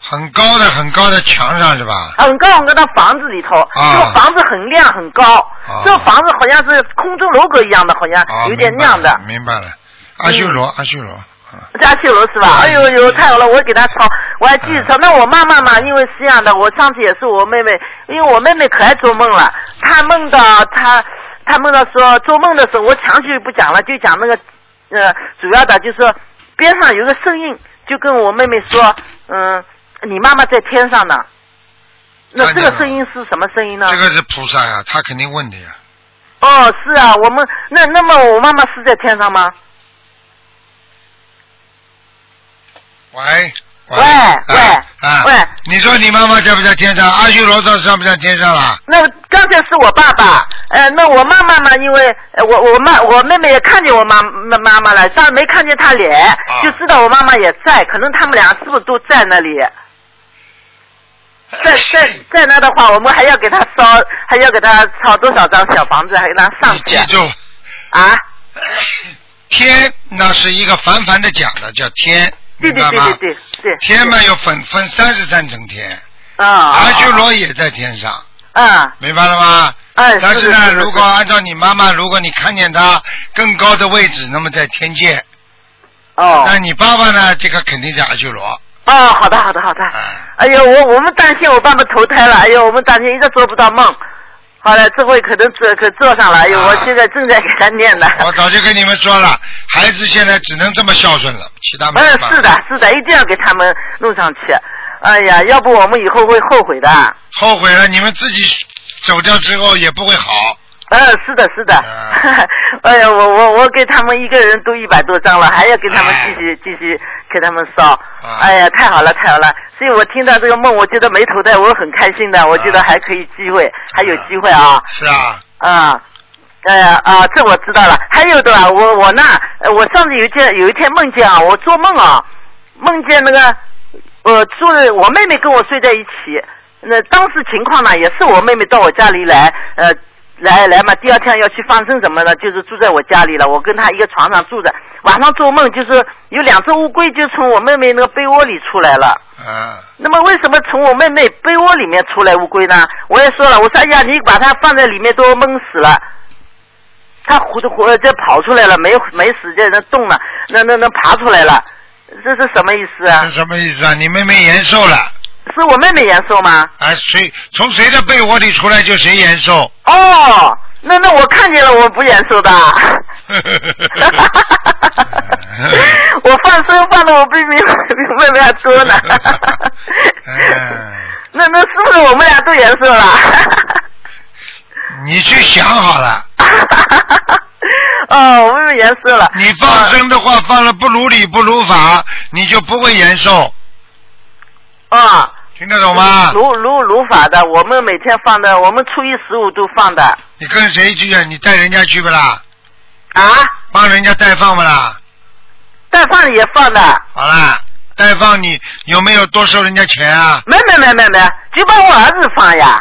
S2: 很高的很高的墙上是吧？
S9: 很高很高的房子里头，
S2: 啊
S9: 这个房子很亮很高，这个房子好像是空中楼阁一样的，好
S2: 啊，
S9: 像有点
S2: 明白
S9: 亮的
S2: 了。明白了，阿修罗，阿修罗，啊
S9: 加修楼是吧？哎呦呦，太好了！我给他抄，我还继续抄。那我妈妈嘛，因为是这样的，我上次也是我妹妹，因为我妹妹可爱做梦了，她梦到她，她梦到说做梦的时候，我详细不讲了，就讲那个，呃，主要的就是说边上有个声音，就跟我妹妹说，嗯，你妈妈在天上呢。那
S2: 看
S9: 这
S2: 见
S9: 个
S2: 了
S9: 声音是什么声音呢？
S2: 这个是菩萨呀，他肯定问的啊呀。
S9: 哦，是啊，我们那那么我妈妈是在天上吗？
S2: 喂喂
S9: 喂
S2: 啊
S9: 喂
S2: 啊
S9: 喂，
S2: 你说你妈妈在不在天上？阿修罗上上不上天上了？
S9: 那刚才是我爸爸，呃，那我妈妈嘛，因为呃我我妈我妹妹也看见我妈妈妈妈了，但没看见她脸，就知道我妈妈也在，可能他们俩是不是都在那里？在在在那的话，我们还要给她烧，还要给她烧多少张小房子，还给她上
S2: 你
S9: 去
S2: 记住，
S9: 啊？
S2: 天那是一个凡凡的讲的，叫天，
S9: 对
S2: 明
S9: 对
S2: 白
S9: 对
S2: 吗
S9: 对？对对，
S2: 天嘛有分分三十三层天，
S9: 啊，
S2: 阿
S9: 啊
S2: 修罗也在天上，
S9: 啊，
S2: 明白了吗？
S9: 哎，
S2: 但是
S9: 的
S2: 呢，
S9: 的
S2: 如果按照你妈妈，如果你看见她更高的位置，那么在天界；
S9: 哦
S2: 那你爸爸呢，这个肯定在阿修罗。
S9: 哦，好的好的好的，
S2: 哎，
S9: 哎呦，我我们担心我爸爸投胎了，哎呦，我们担心一直做不到梦。好了，这回可能做可做上了，哎呦，
S2: 啊
S9: 我现在正在给他念呢。
S2: 我早就跟你们说了，孩子现在只能这么孝顺了，其他没
S9: 嗯
S2: 有办，法。
S9: 是的，是的，一定要给他们弄上去。哎呀，要不我们以后会后悔的。哎
S2: 后悔了，你们自己走掉之后也不会好。
S9: 嗯，是的，是的。
S2: 啊
S9: 哎呀，我我我给他们一个人都一百多张了，还要给他们
S2: 哎啊
S9: 继续、继续给他们烧。哎呀，太好了，太好了！所以我听到这个梦，我觉得没投胎，我很开心的，我觉得
S2: 啊
S9: 还可以机会，还有机会啊。
S2: 是啊，
S9: 啊，呃啊，这我知道了。还有的啊，我我呢，呃我上次有一天有一天梦见啊，我做梦啊，梦见那个我住我妹妹跟我睡在一起。那当时情况呢，也是我妹妹到我家里来，呃，来来嘛，第二天要去放生什么的，就是住在我家里了。我跟她一个床上住着，晚上做梦就是有两只乌龟就从我妹妹那个被窝里出来了。
S2: 嗯，
S9: 那么为什么从我妹妹被窝里面出来乌龟呢？我也说了，我说哎呀，你把它放在里面都闷死了。它活的活这跑出来了，没没死在那动了，那那那爬出来了，这是什么意思啊
S2: 这？什么意思啊？你妹妹延寿了，
S9: 是我妹妹延寿吗？
S2: 啊，谁从谁的被窝里出来就谁延寿。
S9: 哦，那那我看见了，我不延寿的。 嗯
S2: 啊
S9: 我放生放的我比比比妹妹还多 呢。
S2: 嗯
S9: 那那是不是我们俩都延寿了？
S2: 你去想好了，
S9: 哦，我妹妹延寿了。嗯
S2: 你放生的话放了不如理不如法，你就不会延寿，
S9: 啊，
S2: 听得懂吗？
S9: 如如如法的，我们每天放的，我们初一十五都放的
S2: 你跟谁去啊？你带人家去不啦？
S9: 啊，
S2: 帮人家带放不啦？
S9: 带放也放的，
S2: 好啦，带放你有没有多收人家钱啊？
S9: 没没没没没，就帮我儿子放呀，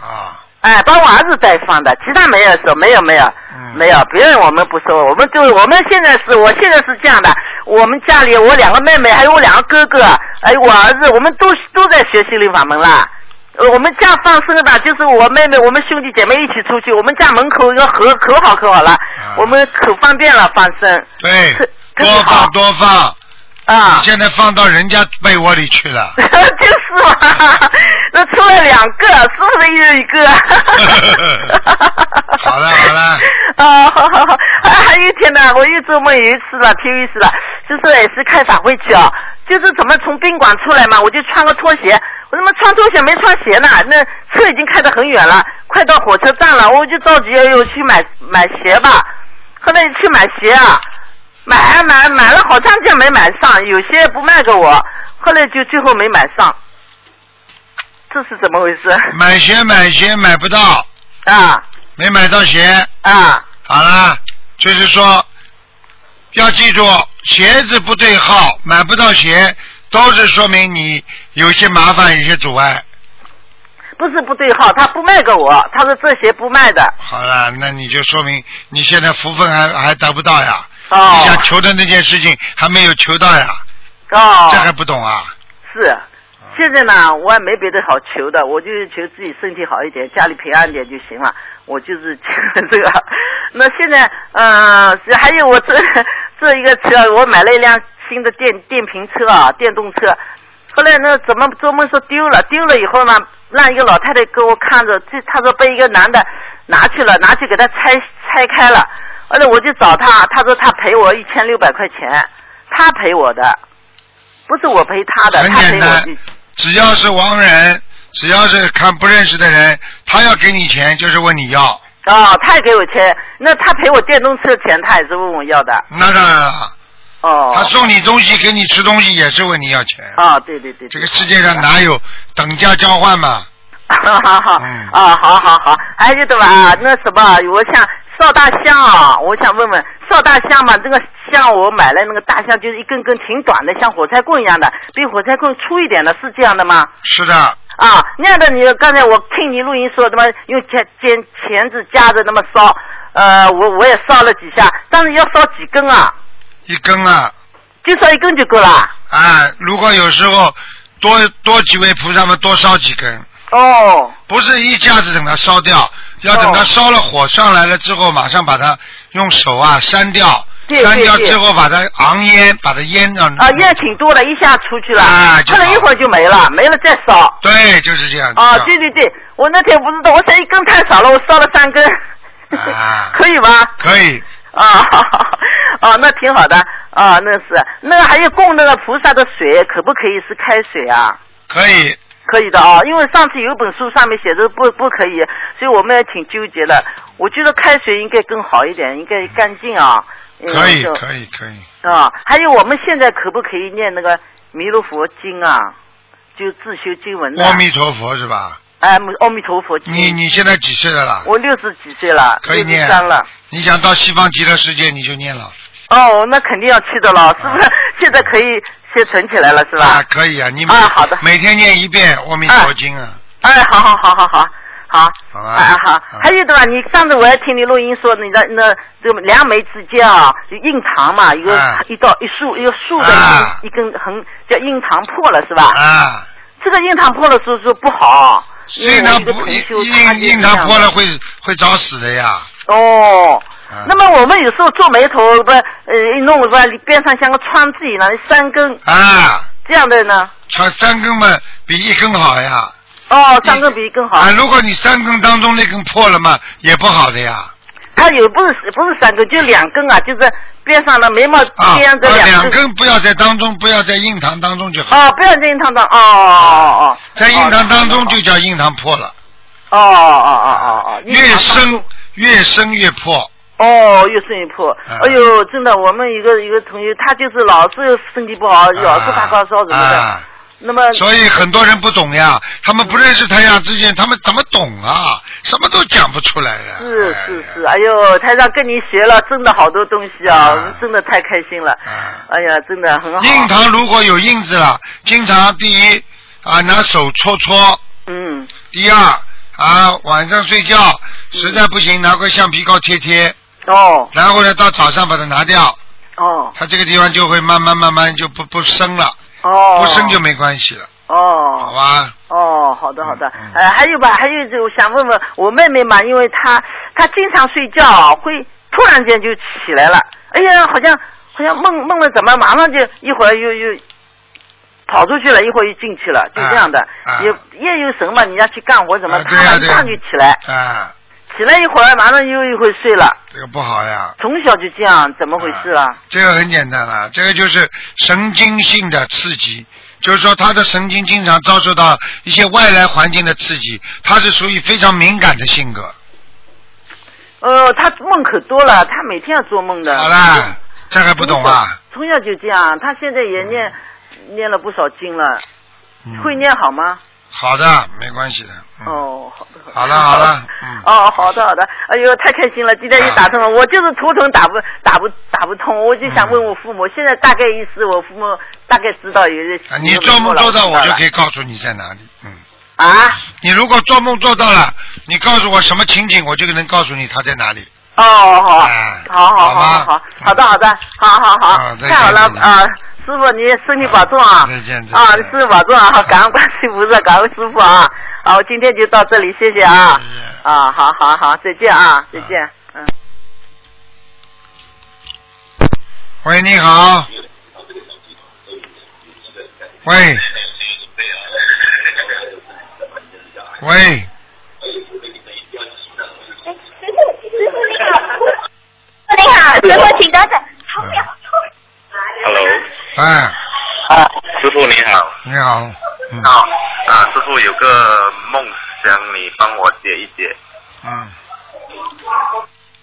S2: 啊，
S9: 哎，帮我儿子带放的，其他没有说没有没有，
S2: 嗯
S9: 没有，别人我们不收，我们就我们现在是，我现在是这样的，我们家里我两个妹妹，还有我两个哥哥，还有我儿子，我们都都在学心灵法门啦。呃我们家放生的，就是我妹妹，我们兄弟姐妹一起出去，我们家门口一个河可好可好了，
S2: 啊
S9: 我们可方便了放生。
S2: 对，
S9: 真
S2: 多
S9: 好
S2: 放多放。
S9: 啊！，
S2: 你现在放到人家被窝里去了
S9: 就是嘛，那出了两个，是不是又一 个？
S2: 好了好了，
S9: 啊，好好好，啊，还有一天呢，我又做梦有一次了，挺有意思的，就是也是开法会去啊，就是怎么从宾馆出来嘛，我就穿个拖鞋，我他妈穿拖鞋没穿鞋呢，那车已经开得很远了，快到火车站了，我就着急，哎呦去买买鞋吧，后来去买鞋啊，买啊买啊买了好长时间没买上，有些不卖给我，后来就最后没买上，这是怎么回事？
S2: 买鞋买鞋买不到，
S9: 啊
S2: 没买到鞋，
S9: 啊
S2: 好了，就是说要记住，鞋子不对号，买不到鞋，都是说明你有些麻烦，有些阻碍。
S9: 不是不对号，他不卖给我，他说这鞋不卖的。
S2: 好了，那你就说明你现在福分还还达不到呀，你
S9: 哦
S2: 想求的那件事情还没有求到呀，
S9: 哦
S2: 这，还不懂啊？
S9: 是。现在呢，我也没别的好求的，我就是求自己身体好一点，家里平安点就行了。我就是求这个。 那现在，呃，是还有我这 这一个车，我买了一辆新的电电瓶车啊，电动车。后来呢，怎么做梦说丢了，丢了以后呢，让一个老太太给我看着，这她说被一个男的拿去了，拿去给他拆拆开了。后来我就找他，他说他赔我一千六百块钱，他赔我的，不是我赔他的，
S2: 很
S9: 他
S2: 简
S9: 赔我
S2: 单
S9: 的。，
S2: 只要是亡人，只要是看不认识的人，他要给你钱就是问你要，
S9: 哦，他也给我钱，那他赔我电动车钱，他也是问我要的。
S2: 那当然了，
S9: 哦，
S2: 他送你东西给你吃东西也是问你要钱。
S9: 哦，对对对，
S2: 这个世界上哪有等价交换嘛？
S9: 哈哈哈，
S2: 嗯
S9: 啊，好好好，还有的吧，那什么，我想烧大香啊，我想问问烧大香嘛，这个香我买了那个大香就是一根根挺短的，像火柴棍一样的，比火柴棍粗一点的，是这样的吗？
S2: 是的，
S9: 啊，那样的你刚才我听你录音说他妈用钳钳钳子夹着那么烧，呃，我我也烧了几下，但是要烧几根啊？
S2: 一根啊
S9: 就烧一根就够了。
S2: 啊！如果有时候多多几位菩萨们多烧几根，
S9: 哦，
S2: 不是一下子等它烧掉，要等它
S9: 哦
S2: 烧了火上来了之后，马上把它用手啊扇掉，
S9: 对
S2: 扇
S9: 对
S2: 掉
S9: 对
S2: 之后把它昂烟，把它烟让
S9: 啊，烟挺多的，一下出去了，
S2: 啊就
S9: 后来一会儿就没了，没了再烧。
S2: 对，就是这样。
S9: 啊，
S2: 就这
S9: 对
S2: 样
S9: 对对，我那天不知道，我想一根太少了，我烧了三根，
S2: 啊
S9: 可以吗？
S2: 可以，
S9: 啊， 哦、那挺好的，啊，那是，那个还有供那个菩萨的水，可不可以是开水啊？
S2: 可以，
S9: 可以的啊，因为上次有本书上面写着不不可以，所以我们也挺纠结的。我觉得开水应该更好一点，应该干净啊。嗯
S2: 可以，
S9: 就
S2: 可以，可以。
S9: 啊，还有我们现在可不可以念那个弥勒佛经啊？就自修经文的。
S2: 阿弥陀佛是吧？
S9: 哎，阿弥陀佛经。
S2: 你你现在几岁了啦？
S9: 我六十几岁了，
S2: 可以念
S9: 嗯三了。
S2: 你想到西方极乐世界你就念了
S9: 哦，那肯定要去的了，是不是
S2: 啊？
S9: 现在可以先存起来了，是
S2: 啊
S9: 吧？？
S2: 可以啊，你每
S9: 啊好的
S2: 每天念一遍《阿弥陀经》啊，
S9: 哎，好好好好好。好，
S2: 好吧
S9: 啊好
S2: 啊，
S9: 还有的吧，你上次我还听你录音说你的那这个梁梅之间啊，就印堂嘛，有个
S2: 啊
S9: 一道一竖一个竖的
S2: 啊
S9: 一一根横叫印堂破了是吧？
S2: 啊，
S9: 这个印堂破了说说不好，因为
S2: 印
S9: 我
S2: 堂
S9: 一个
S2: 破
S9: 同
S2: 印
S9: 修他
S2: 印
S9: 就这
S2: 印堂
S9: 样
S2: 破了会会找死的呀。
S9: 哦
S2: 啊，
S9: 那么我们有时候做眉头不呃一弄不边上像个川字一样三根
S2: 啊，
S9: 这样的呢？
S2: 它三根嘛比一根好呀。
S9: 哦，三根比一根好
S2: 啊，。如果你三根当中那根破了嘛，也不好的呀。
S9: 它有不是不是三根，就两根啊，就是边上的眉毛
S2: 啊，啊
S9: 边这
S2: 两
S9: 根。
S2: 根不要在当中，不要在印堂当中就好。
S9: 哦，不要在印堂当哦哦哦
S2: 在印堂当中就叫印堂破了，
S9: 哦哦哦哦哦哦，
S2: 越深越深越破。
S9: 哦越深越破。
S2: 啊
S9: 哎呦，真的，我们一个一个同学，他就是老是身哦体不好，老是发高烧什么的。嗯
S2: 啊
S9: 那么
S2: 所以很多人不懂呀，他们不认识太阳之间，他们怎么懂啊？什么都讲不出来呀。
S9: 是
S2: 哎
S9: 是是，。哎呦，台上跟你学了真的好多东西啊，
S2: 啊
S9: 我们真的太开心了。
S2: 啊
S9: 哎呀，真的很好。
S2: 印堂如果有印子了，经常第一啊拿手搓搓，
S9: 嗯，
S2: 第二啊晚上睡觉实在不行拿块橡皮膏贴贴，
S9: 哦
S2: 然后呢，到早上把它拿掉，
S9: 哦
S2: 它这个地方就会慢慢慢慢就不不生了，
S9: 哦，
S2: 不生就没关系了，啊好
S9: 哦
S2: 吧？
S9: 哦，好的好的
S2: 嗯嗯，
S9: 呃，还有吧，还有就想问问我妹妹嘛，因为她她经常睡觉啊会突然间就起来了，哎呀，好像好像梦梦了怎么，马上就一会儿又又跑出去了，一会儿又进去了，就这样的，
S2: 啊啊
S9: 也夜游神嘛，人家去干活怎么，
S2: 啊
S9: 她
S2: 对呀
S9: 马
S2: 对呀
S9: 上就起来，
S2: 啊，
S9: 起来一会儿马上又一会儿睡了，
S2: 这个不好呀。
S9: 从小就这样，怎么回事啊？
S2: 这个很简单了、这个就是神经性的刺激，就是说他的神经经常遭受到一些外来环境的刺激，他是属于非常敏感的性格。
S9: 呃，她梦可多了，她每天要做梦的。
S2: 好啦，这还不懂啊？
S9: 从小？从小就这样，她现在也念念了不少经了。
S2: 嗯
S9: 会念好吗？
S2: 好的，没关系的。嗯、
S9: 哦，好的，
S2: 好了好了嗯
S9: 哦，好的好的，哎呦，太开心了，今天又打
S2: 啊
S9: 通了，我就是图腾打不打不打不通，我就想问我父母，
S2: 嗯
S9: 现在大概意思，我父母大概知道有些。
S2: 啊你做梦做到，我就可
S9: 以。
S2: 以告诉你在哪里。嗯，
S9: 啊，
S2: 你如果做梦做到了，你告诉我什么情景，我就能告诉你他在哪里。
S9: 哦，好，
S2: 哎
S9: 好好
S2: 好
S9: 好
S2: 吧
S9: 好好，好的好的，好好好
S2: 啊，再见
S9: 太好了
S2: 再见
S9: 啊，师傅你身体保重啊，
S2: 再见再见
S9: 啊，师傅保重啊，好感恩观世菩萨，感恩师傅啊，好，今天就到这里，谢谢啊
S2: 再见，
S9: 啊，好好好，再见啊，再见，嗯。
S2: 喂，你好。喂。喂，
S10: 师傅，师傅你好，师傅你好，师傅请等等，好秒。
S8: Hello，
S2: 哎，
S8: 啊，师傅你好。
S2: 你好，嗯
S8: 啊啊，师傅有个梦想，你帮我解一解。
S2: 嗯，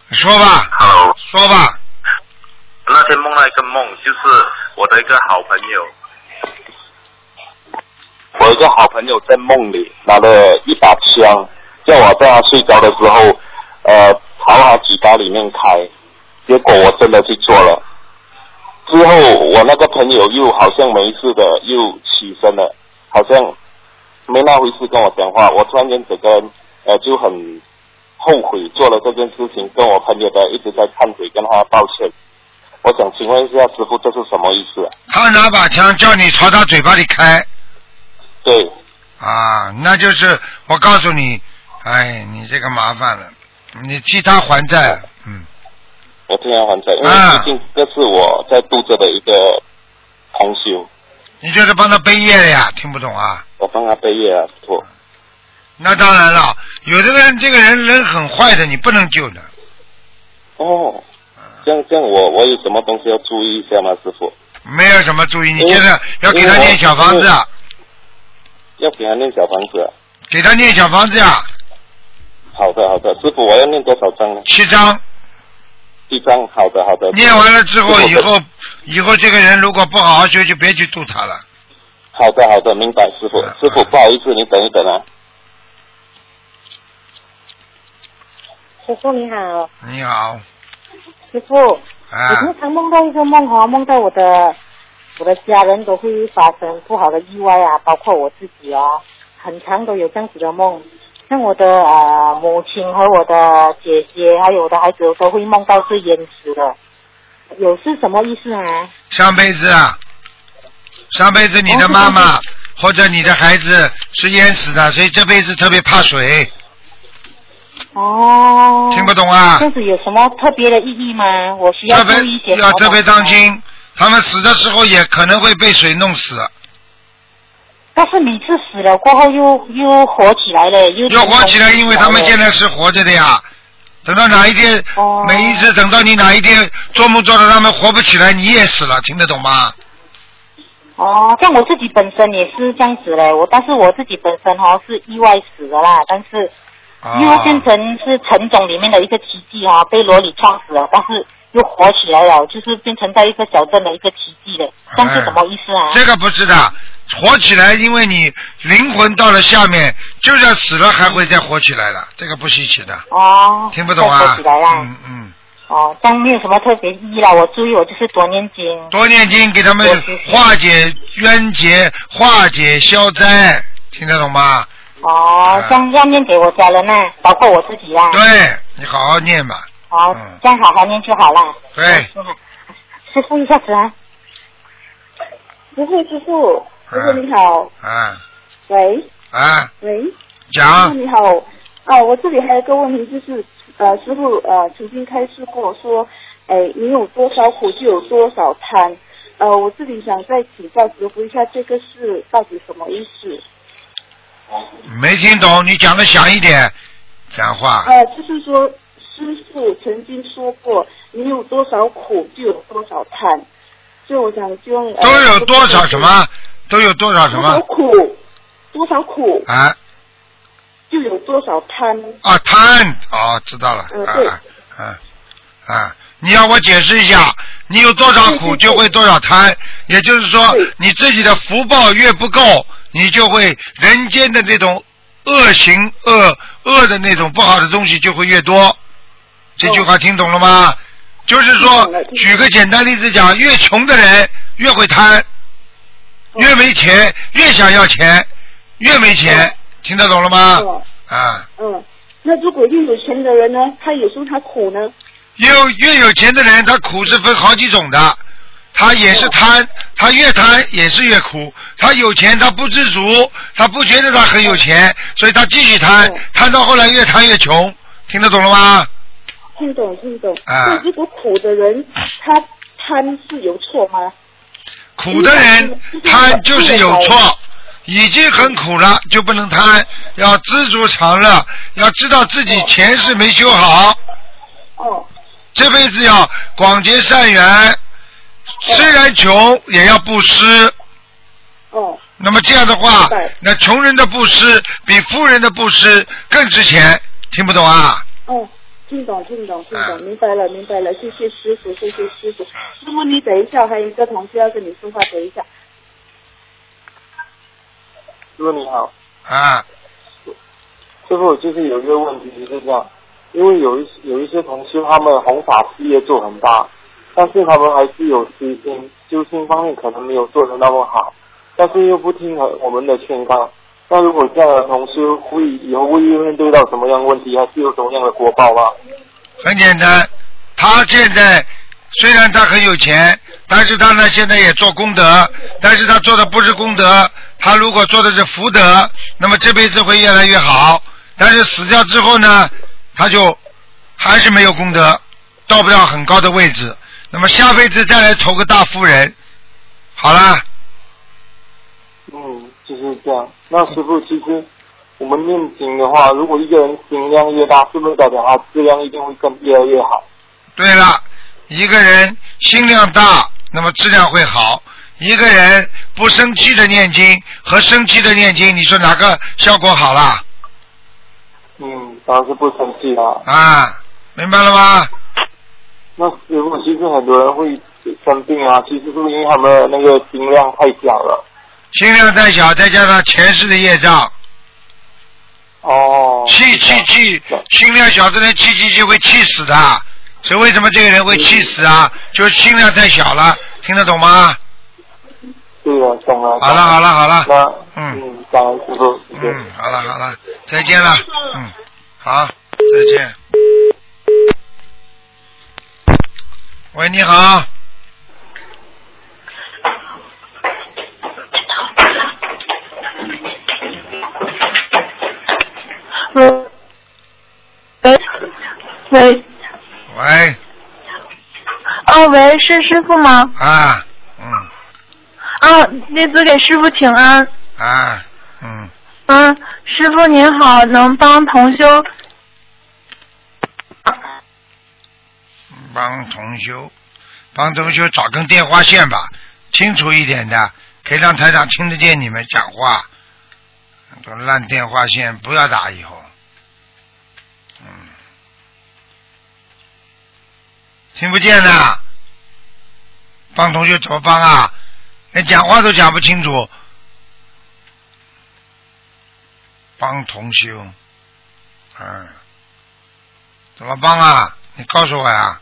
S2: 你说吧，
S8: Hello，
S2: 说吧，
S8: 那天梦到一个梦，就是我的一个好朋友。
S11: 我有个好朋友在梦里拿了一把枪，叫我在他睡着的时候，呃，朝他嘴巴里面开。结果我真的去做了。之后我那个朋友又好像没事的，又起身了，好像没那回事跟我讲话。我突然间整个人呃就很后悔做了这件事情，跟我朋友的一直在忏悔，跟他道歉。我想请问一下师傅，这是什么意思、啊？
S2: 他拿把枪叫你朝他嘴巴里开
S11: 对，
S2: 啊，那就是我告诉你，哎，你这个麻烦了，你替他还债了，嗯，
S11: 我听到还债，因为
S2: 啊
S11: 毕竟这是我在度着的一个同修，
S2: 你就是帮他背业了呀，听不懂啊？
S11: 我帮他背业啊，不错。
S2: 那当然了，有的人这个人人很坏的，你不能救的。
S11: 哦，这样这样我我有什么东西要注意一下吗，师傅？
S2: 没有什么注意，你
S11: 因为
S2: 接着要给他
S11: 因为我
S2: 念小房子啊，
S11: 要给他念小房子啊、
S2: 给他念小房子啊呀、
S11: 好的好的，师傅我要念多少章呢？
S2: 七章，
S11: 一章，好的好的。
S2: 念完了之后，
S11: 师
S2: 以
S11: 傅
S2: 后以后这个人如果不好好修，就别去度他了。
S11: 好的好的，明白师傅
S2: 嗯。
S11: 师傅
S2: 嗯
S11: 不好意思，你等一等啊。
S10: 师傅你好，
S2: 你好，
S10: 师傅，我
S2: 啊，
S10: 经常梦到一个梦哈，梦到我的我的家人都会发生不好的意外啊，包括我自己哦，很常都有这样子的梦。像我的呃母亲和我的姐姐，还有我的孩子都会梦到是淹死的，有是什么意思啊？
S2: 上辈子啊，上辈子
S10: 哦
S2: 你的妈妈或者你的孩子是淹死的，所以这辈子特别怕水，
S10: 哦，
S2: 听不懂啊
S10: 这？样子有什么特别的意义吗？我需要
S2: 特
S10: 注意一些
S2: 别
S10: 什么
S2: 要
S10: 吗
S2: 特别当。心，他们死的时候也可能会被水弄死。
S10: 但是每次死了过后又又火起来了，又
S2: 要火起来，因为他们现
S10: 在
S2: 在是活着的呀。等到哪一天，
S10: 哦
S2: 每一次等到你哪一天做梦做到他们活不起来，你也死了，听得懂吗？
S10: 哦，像我自己本身也是这样子嘞，我但是我自己本身哈、哦、是意外死的啦，但是
S2: 啊
S10: 又变成是陈总里面的一个奇迹哈、被罗里撞死了，但是又火起来了，就是变成在一个小镇的一个奇迹嘞，这样是什么意思啊？
S2: 哎这个不是的，活起来，因为你灵魂到了下面，就算死了还会再活起来的，这个不稀奇的，
S10: 哦，
S2: 听不懂啊
S10: 再火？起来啦。
S2: 嗯嗯，
S10: 哦，这样没有什么特别意义啦。我注意，我就是多念经。
S2: 多念经给他们
S10: 我知
S2: 化解冤结，化解消灾，听得懂吗？啊
S10: 哦，这样要念给我家人呐、包括我自己啦、
S2: 对你好好念吧，
S10: 好，这样好好念就好了。
S2: 对，
S10: 师傅一下子来，
S6: 师傅，师傅，师傅你好，
S2: 啊
S6: 喂
S2: 啊，
S6: 喂，师傅
S2: 讲
S6: 你好，哦，我这里还有个问题，就是呃，师傅呃曾经开示过说，哎，你有多少苦就有多少贪，呃，我自己想再请教师傅一下，这个是到底什么意思？
S2: 没听懂，你讲的响一点，讲话。
S6: 呃，就是说师傅曾经说过，你有多少苦就有多少贪，所以我想就用、呃、
S2: 都有多少什么？都有多少什
S6: 多少
S2: 么？
S6: 苦，多少苦
S2: 啊
S6: 就有多少贪。
S2: 啊贪哦，知道了
S6: 嗯对
S2: 啊啊啊！你要我解释一下，你有多少苦就会多少贪，也就是说你自己的福报越不够，你就会人间的这种恶行恶恶的那种不好的东西就会越多。这句话听懂了吗？就是说，举个简单例子讲，越穷的人越会贪，越没钱越想要钱，越没钱，听得懂了吗？
S6: 哦
S2: 啊。
S6: 嗯，那如果越有钱的人呢，他有时候他苦呢，
S2: 有越有钱的人，他苦是分好几种的，他也是贪，他越贪也是越苦。他有钱，他不知足，他不觉得他很有钱，所以他继续贪，贪到后来越贪越穷。听得懂了吗？
S6: 听懂听懂。
S2: 啊
S6: 那如果苦的人，他贪是有错吗？
S2: 苦的人贪就是有错，已经很苦了就不能贪，要知足常乐，要知道自己前世没修好。
S6: 哦。
S2: 这辈子要广结善缘，虽然穷也要布施。
S6: 哦。
S2: 那么这样的话，那穷人的布施比富人的布施更值钱，听不懂啊？
S6: 哦，听懂听懂听懂，明白了明白了，谢谢师傅，谢谢师傅。
S2: 啊
S6: 师傅你等一下，我还有一个同事要跟你说话，等一下。
S12: 师傅你好，
S2: 啊，
S12: 师傅就是有一个问题就是这样，因为有一有一些同修他们弘法事业做很大，但是他们还是有私心，修心方面可能没有做的那么好，但是又不听我们的劝告。那如果这样的同修会以后会面对到什么样的问题，还是有什么样的果报吗？
S2: 很简单，他现在虽然他很有钱，但是他呢现在也做功德，但是他做的不是功德，他如果做的是福德，那么这辈子会越来越好。但是死掉之后呢，他就还是没有功德，到不了很高的位置。那么下辈子再来投个大富人，好啦，
S12: 嗯，就是这样。那师傅，其实我们念经的话，如果一个人心量越大，是不是代表他质量一定会更越来越好？
S2: 对了，一个人心量大，那么质量会好。一个人不生气的念经和生气的念经，你说哪个效果好啦？
S12: 嗯，当然是不生气啦。
S2: 啊，明白了吗？
S12: 那师傅，其实很多人会生病啊，其实是因为他们的那个心量太小了。
S2: 心量太小，再加上前世的业障，
S12: 哦，
S2: 气气气，心量小的人气气气会气死的。所以为什么这个人会气死啊？就是心量太小了，听得懂吗？
S12: 对了，懂了。
S2: 好了好了好了
S12: 那嗯，感恩师傅，谢谢。
S2: 嗯，好了好了，再见了，嗯，好，再见。喂，你好。
S3: 喂
S13: 嗯
S3: 喂喂，
S2: 喂，
S3: 哦喂，是师傅吗？
S2: 啊
S3: 啊，弟子给师傅请安。
S2: 啊，
S3: 嗯，师傅您好，能帮同修？
S2: 帮同修，帮同修找根电话线吧，清楚一点的，可以让台长听得见你们讲话。这种烂电话线不要打以后。嗯，听不见呐，帮同学怎么帮啊？连讲话都讲不清楚。帮同修，嗯，怎么帮啊？你告诉我呀。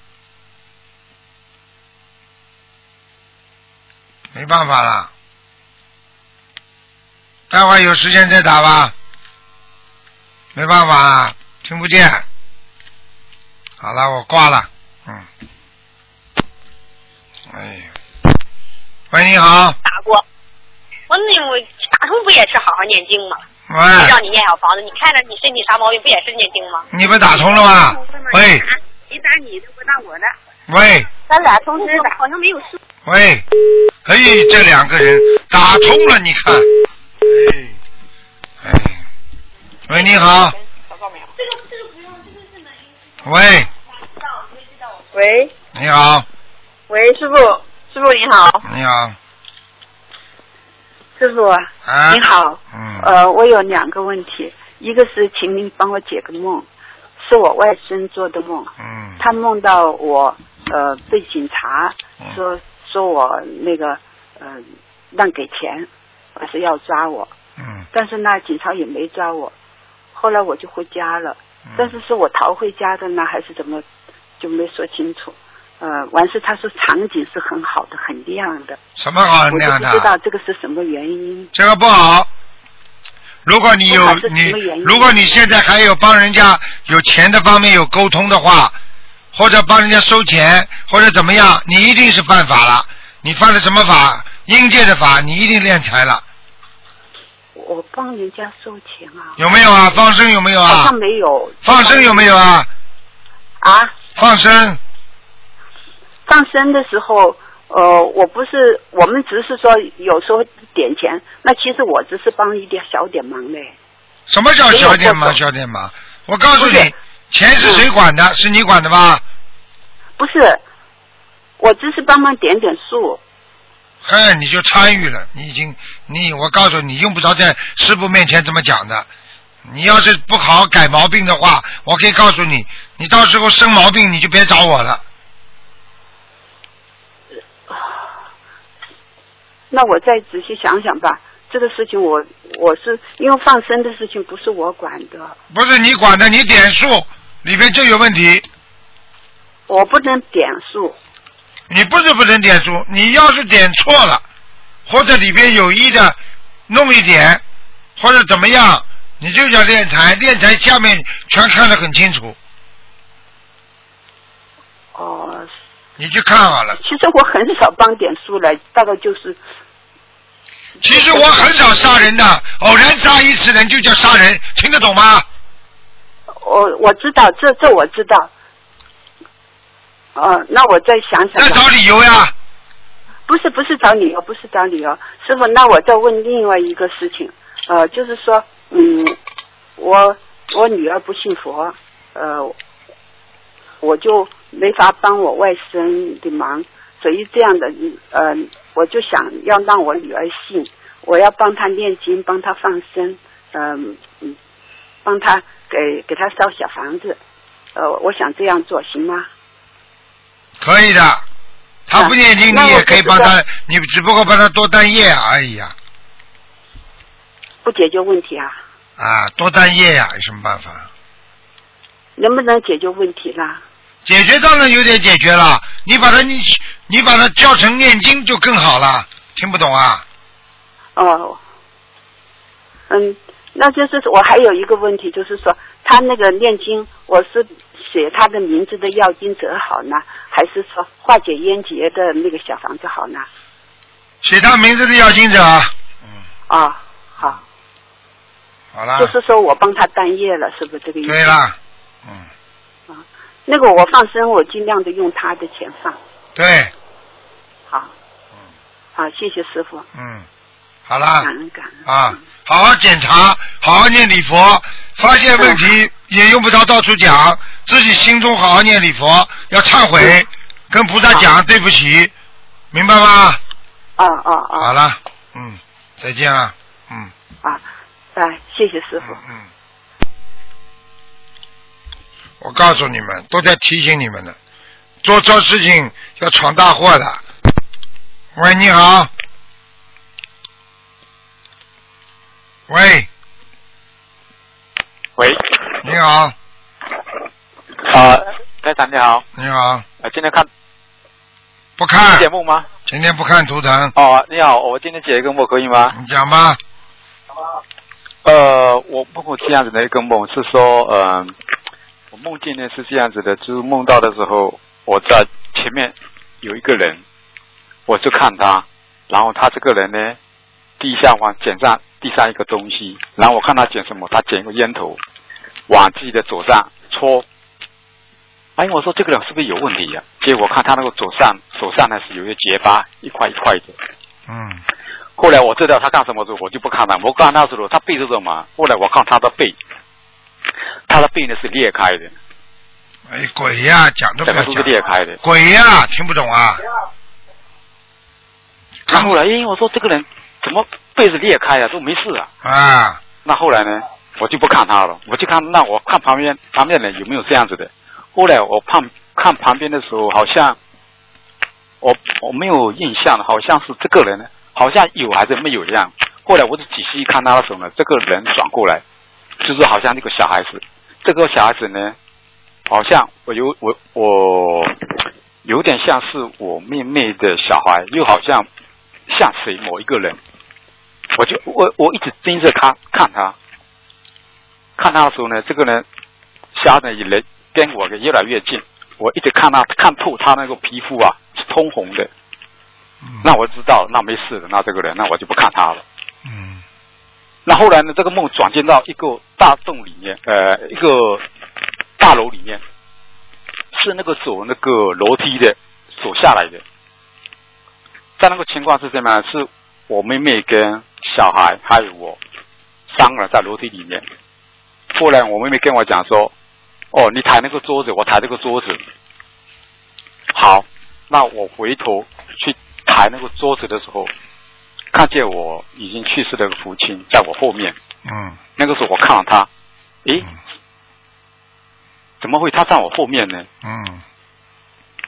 S2: 没办法了，待会儿有时间再打吧。没办法啊，听不见。好了，我挂了。嗯。哎呀，喂，你好，
S14: 打过。我那我打通不也是好好念经吗？
S2: 喂，
S14: 让你念小房子，你看着你身体啥毛病，不也是念经吗？
S2: 你嗯不打通了吗？喂
S14: 你打你的，我打我的，
S2: 喂
S14: 咱俩同时打，好像没有事。
S2: 喂，哎，这两个人打通了，你看，哎，哎，喂，你好，喂，
S15: 喂
S2: 你好，
S15: 喂，师傅，师傅你好，
S2: 你好，
S15: 师傅、
S2: 啊
S15: 你好，
S2: 嗯
S15: 呃，我有两个问题，一个是请您帮我解个梦，是我外甥做的梦，
S2: 嗯
S15: 他梦到我呃被警察
S2: 嗯
S15: 说说我那个呃乱给钱，而是要抓我，
S2: 嗯
S15: 但是呢警察也没抓我，后来我就回家了，
S2: 嗯
S15: 但是是我逃回家的呢还是怎么就没说清楚，呃，完事他说场景是很好的，很亮的，
S2: 什么好
S15: 我就
S2: 亮
S15: 不知
S2: 哦的？
S15: 道这个是什么原因。
S2: 这个不好。如果你有
S15: 不管是
S2: 你
S15: 什么原，因
S2: 如果你现在还有帮人家有钱的方面有沟通的话，或者帮人家收钱，或者怎么样，你一定是犯法了。你犯了什么法？应界的法，你一定敛财了，
S15: 我帮人家收钱啊，
S2: 有没有啊？放生有没有
S15: 好
S2: 啊
S15: 像？没有
S2: 放生有没有啊？
S15: 啊。
S2: 放生，
S15: 放生的时候，呃，我不是，我们只是说有时候点钱，那其实我只是帮一点小点忙嘞。
S2: 什么叫小点
S15: 没有
S2: 忙？
S15: 过
S2: 小点忙？我告诉
S15: 不
S2: 你
S15: 是，嗯
S2: 钱是谁管的？是你管的吧？
S15: 不是，我只是帮忙点点数。
S2: 嘿，你就参与了，你已经，你我告诉你，用不着在师傅面前这么讲的。你要是不好好改毛病的话，我可以告诉你，你到时候生毛病你就别找我了。
S15: 那我再仔细想想吧，这个事情我我是因为放生的事情不是我管的，
S2: 不是你管的，你点数里边就有问题。
S15: 我不能点数。
S2: 你不是不能点数，你要是点错了，或者里边有意的弄一点，或者怎么样，你就叫练财，练财下面全看得很清楚，
S15: 哦，
S2: 你去看好了。
S15: 其实我很少帮点数了，大概就是
S2: 其实我很少杀人的，偶然杀一次人就叫杀人，听得懂吗？
S15: 我我知道，这这我知道。呃，那我再想想。再找
S2: 理由呀？
S15: 不是不是找理由，不是找理由，师傅，那我再问另外一个事情，呃，就是说，嗯，我我女儿不信佛，呃，我就没法帮我外甥的忙，所以这样的，呃，我就想要让我女儿信，我要帮她念经，帮她放生，嗯、嗯，帮她给给她烧小房子，呃，我想这样做行吗？
S2: 可以的，他不念经
S15: 啊那
S2: 你也
S15: 我
S2: 可以
S15: 不知
S2: 帮他
S15: 道，
S2: 你只不过帮他多担业而已呀、
S15: 不解决问题啊，
S2: 啊，多担业呀、有什么办法？
S15: 能不能解决问题啦？
S2: 解决当然有点解决了，你把他你你把他教成念经就更好了，听不懂啊？
S15: 哦，嗯，那就是我还有一个问题，就是说他那个念经，我是写他的名字的要经者好呢，还是说化解冤结的那个小房子好呢？
S2: 写他名字的要经者，
S15: 啊、好，
S2: 好了
S15: 就，是说我帮他担业了，是不是这个意
S2: 啊
S15: 思？
S2: 对。
S15: 嗯啊
S2: 了，
S15: 那个我放生，我尽量的用他的钱放。
S2: 对，
S15: 好。好，啊谢谢师傅。
S2: 嗯，好了
S15: 感恩感恩。
S2: 啊，好好检查，好好念礼佛，发现问题也用不着到处讲，自己心中好好念礼佛，要忏
S15: 嗯
S2: 悔，跟菩萨讲对不起，明白吗？
S15: 啊啊啊！
S2: 好了，嗯，再见了，嗯。
S15: 哎，谢谢师傅。
S2: 嗯。我告诉你们，都在提醒你们呢，做错事情要闯大祸的。喂，你好。喂，
S16: 喂，
S2: 你好，
S16: 啊、台长你好，
S2: 你好，
S16: 呃，今天看
S2: 不看
S16: 节目吗？
S2: 今天不看图腾，
S16: 哦，你好，我今天解一个梦可以吗？
S2: 你讲吧。
S16: 呃，我梦过这样子的一个梦，是说，呃，我梦见呢是这样子的，就是梦到的时候，我在前面有一个人，我就看他，然后他这个人呢，地下往捡上地上一个东西，然后我看他捡什么，他捡一个烟头，往自己的左上戳。哎，我说这个人是不是有问题呀、结果看他那个左上手上呢是有一个结疤，一块一块的。
S2: 嗯
S16: 后来我知道他干什么时候，我就不看他。我看他的时候，他背是什么？后来我看他的背，他的背呢是裂开的，
S2: 哎，鬼呀，讲都不
S16: 整
S2: 要
S16: 个都是
S2: 讲。
S16: 裂开的。
S2: 鬼呀，听不懂啊！
S16: 然后后来，因为我说这个人怎么背是裂开啊，都没事啊。
S2: 啊，
S16: 那后来呢，我就不看他了，我就看那我看旁边旁边人有没有这样子的。后来我看看旁边的时候，好像我我没有印象了，好像是这个人呢，好像有还是没有一样。后来我就仔细看他的时候呢，这个人转过来，就是好像那个小孩子，这个小孩子呢，好像我有我我有点像是我妹妹的小孩，又好像像谁某一个人。我就我我一直盯着他看他，看他的时候呢，这个人瞎的也离跟我越来越近，我一直看他看透他那个皮肤啊是通红的，那我知道那没事的，那这个人那我就不看他了。
S2: 嗯
S16: 那后来呢，这个梦转进到一个大洞里面，呃，一个大楼里面，是那个走那个楼梯的走下来的。在那个情况是什么样？是我妹妹跟小孩还有我三个人在楼梯里面。后来我妹妹跟我讲说：“哦，你抬那个桌子，我抬这个桌子。”好，那我回头去抬那个桌子的时候，看见我已经去世的父亲在我后面。
S2: 嗯
S16: 那个时候我看了他，诶，怎么会他在我后面呢？
S2: 嗯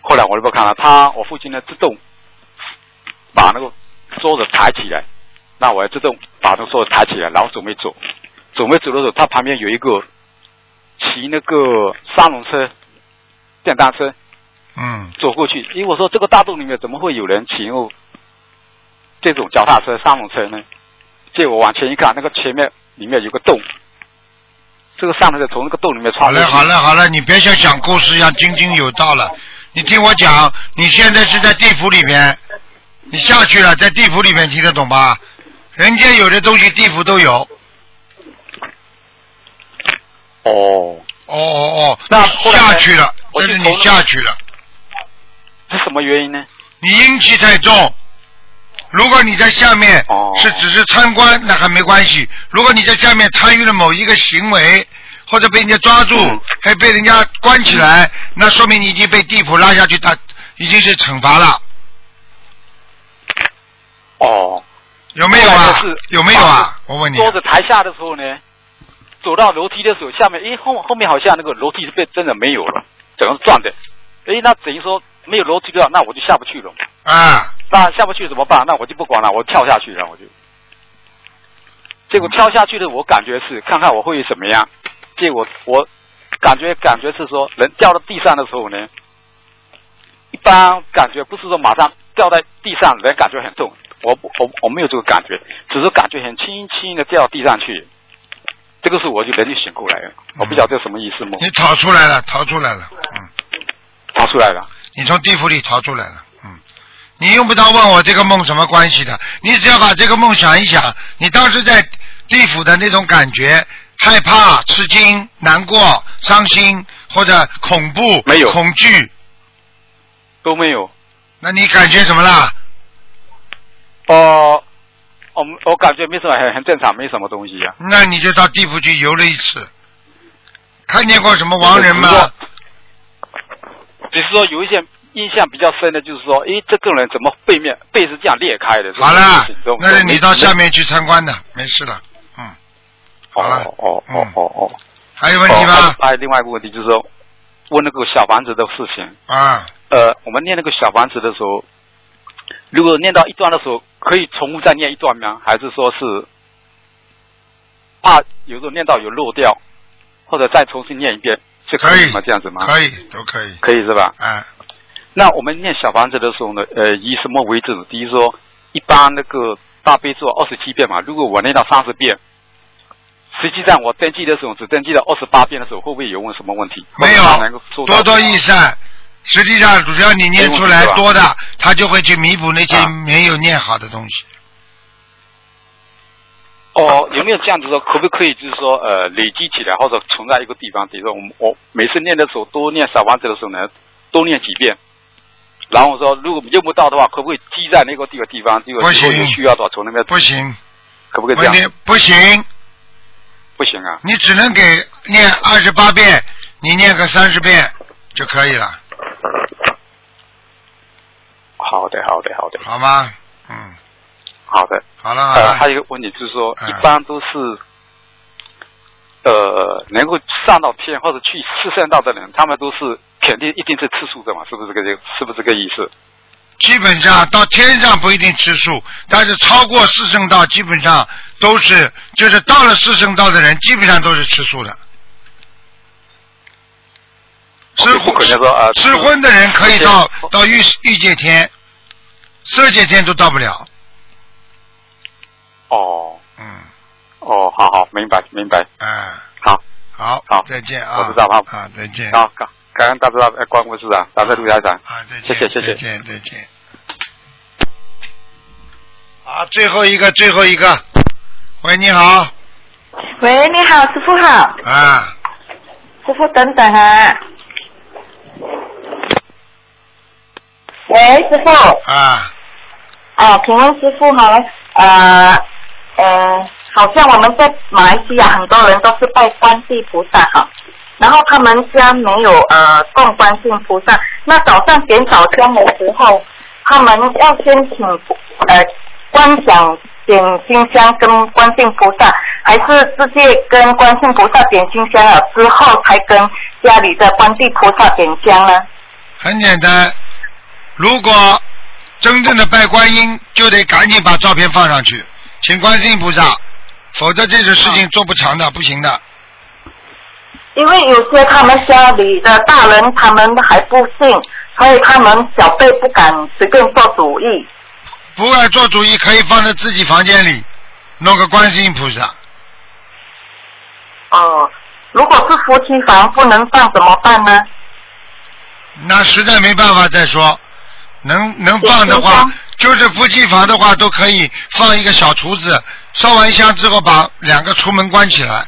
S16: 后来我就不看了，他我父亲呢自动把那个桌子抬起来，那我也自动把那个桌子抬起来，然后准备走，准备走的时候，他旁边有一个骑那个三轮车、电单车
S2: 嗯
S16: 走过去，因为我说这个大洞里面怎么会有人骑哦这种脚踏车、三轮车呢？结果往前一看，那个前面里面有个洞，这个上轮车从那个洞里面
S2: 好
S16: 穿过
S2: 了
S16: 去。
S2: 好了好了，你别像讲故事一样津津有道了。你听我讲，你现在是在地府里面，你下去了，在地府里面听得懂吧？人间有的东西地府都有。
S16: 哦，
S2: 哦哦哦，
S16: 那
S2: 下去了，
S16: 我
S2: 这
S16: 就是从
S2: 你
S16: 那
S2: 下去了。
S16: 是什么原因呢？
S2: 你阴气太重。如果你在下面
S16: 哦
S2: 是只是参观，那还没关系；如果你在下面参与了某一个行为，或者被人家抓住，
S16: 嗯
S2: 还被人家关起来，那说明你已经被地府拉下去，他已经是惩罚了。
S16: 哦，
S2: 有没有啊
S16: 后来就是？
S2: 有没有啊？我问你，
S16: 桌子台下的时候呢，走到楼梯的时候，下面诶后后面好像那个楼梯是被真的没有了，整个是转的，诶那等于说没有楼梯的话，那我就下不去了。
S2: 啊，
S16: 那下不去怎么办？那我就不管了，我跳下去了，我就。结果跳下去的，我感觉是看看我会怎么样。结果我感觉感觉是说，人掉到地上的时候呢，一般感觉不是说马上掉在地上，人感觉很重。我我我没有这个感觉，只是感觉很轻轻的掉到地上去。这个时候我就人就醒过来了，我不晓得这什么意思梦，
S2: 嗯你逃出来了，逃出来了，嗯
S16: 逃出来了。
S2: 你从地府里逃出来了。嗯，你用不着问我这个梦什么关系的，你只要把这个梦想一想，你当时在地府的那种感觉，害怕、吃惊、难过、伤心或者恐怖、没有恐惧，
S16: 都没有。
S2: 那你感觉什么啦？
S16: 哦、我我感觉没什么，很很正常，没什么东西啊呀、
S2: 那你就到地府去游了一次，看见过什么亡人吗？
S16: 只是说有一些印象比较深的，就是说，诶，这个人怎么背面背是这样裂开的？
S2: 好了
S16: 这种东，西
S2: 那是你到下面去参观的，没事了。嗯，
S16: 好了，哦哦哦哦。
S2: 还有问题吗
S16: 哦还有另外一个问题就是说，问那个小房子的事情。
S2: 啊，
S16: 呃，我们念那个小房子的时候，如果念到一段的时候，可以重复再念一段吗？还是说是怕有时候念到有漏掉，或者再重新念一遍是可以吗？这样子吗？
S2: 可以，都可以。
S16: 可以是吧？
S2: 嗯。
S16: 那我们念小房子的时候呢，呃，以什么为准？第一说，一般那个大悲咒二十七遍嘛，如果我念到三十遍，实际上我登记的时候只登记了二十八遍的时候，会不会有问什么问题？
S2: 没
S16: 或
S2: 有
S16: 者他能够做到
S2: 多多益善。实际上，只要你念出来
S16: 没问题
S2: 多
S16: 是吧
S2: 的，他就会去弥补那
S16: 啊
S2: 些没有念好的东西。
S16: 哦，有没有这样子说？可不可以就是说，呃，累积起来或者存在一个地方？比如说我们，我每次念的时候，多念小房子的时候呢，多念几遍。然后说，如果用不到的话，可不可以积在那个地个地方？这个
S2: 不
S16: 以后
S2: 行
S16: 有需要的话，从那边
S2: 不行，
S16: 可不可以这
S2: 问
S16: 样？
S2: 题不行，
S16: 不行啊！
S2: 你只能给念二十八遍，你念个三十遍就可以了，
S16: 好的，好的，好的，
S2: 好吗？嗯，
S16: 好的。
S2: 好了好
S16: 呃，
S2: 了嗯
S16: 还，有一个问题就是说，一般都是，呃，能够上到天或者去四圣道的人，他们都是肯定一定是吃素的嘛，是不是这个是不是这个意思？
S2: 基本上到天上不一定吃素，但是超过四圣道，基本上都是就是到了四圣道的人，基本上都是吃素的。吃
S16: 不可能说啊，呃
S2: 吃荤的人可以到到欲欲界天，色界天都到不了。
S16: 哦，
S2: 嗯，
S16: 哦，好好，明白明白，
S2: 嗯，
S16: 好，
S2: 好，
S16: 好，
S2: 再见啊，
S16: 我知道啊，
S2: 啊，再见，
S16: 好，感感恩大知道，呃关顾市长，感谢陆家长，
S2: 啊，再
S16: 谢
S2: 见，
S16: 谢谢
S2: 再
S16: 谢。
S2: 见再见。好，啊最后一个最后一个，喂，你好，
S13: 喂，你好，师傅好，
S2: 啊，
S13: 师傅等等啊。喂，师傅，
S2: 啊，
S13: 哦，请问师傅好了，呃呃，好像我们在马来西亚很多人都是拜观世菩萨哈，然后他们家没有呃供观世音菩萨，那早上点早香的时候，他们要先请呃观想点金香跟观世音菩萨，还是直接跟观世音菩萨点金香了之后才跟家里的观世菩萨点香呢？
S2: 很简单，如果真正的拜观音，就得赶紧把照片放上去，请观世音菩萨，否则这种事
S13: 啊
S2: 情做不长的，不行的。
S13: 因为有些他们家里的大人他们还不信，所以他们小辈不敢随便做主意。
S2: 不爱做主意，可以放在自己房间里，弄个观世音菩萨。
S13: 哦，如果是夫妻房不能放怎么办呢？
S2: 那实在没办法再说，能能放的话，就是夫妻房的话都可以放一个小厨子，烧完香之后把两个厨门关起来。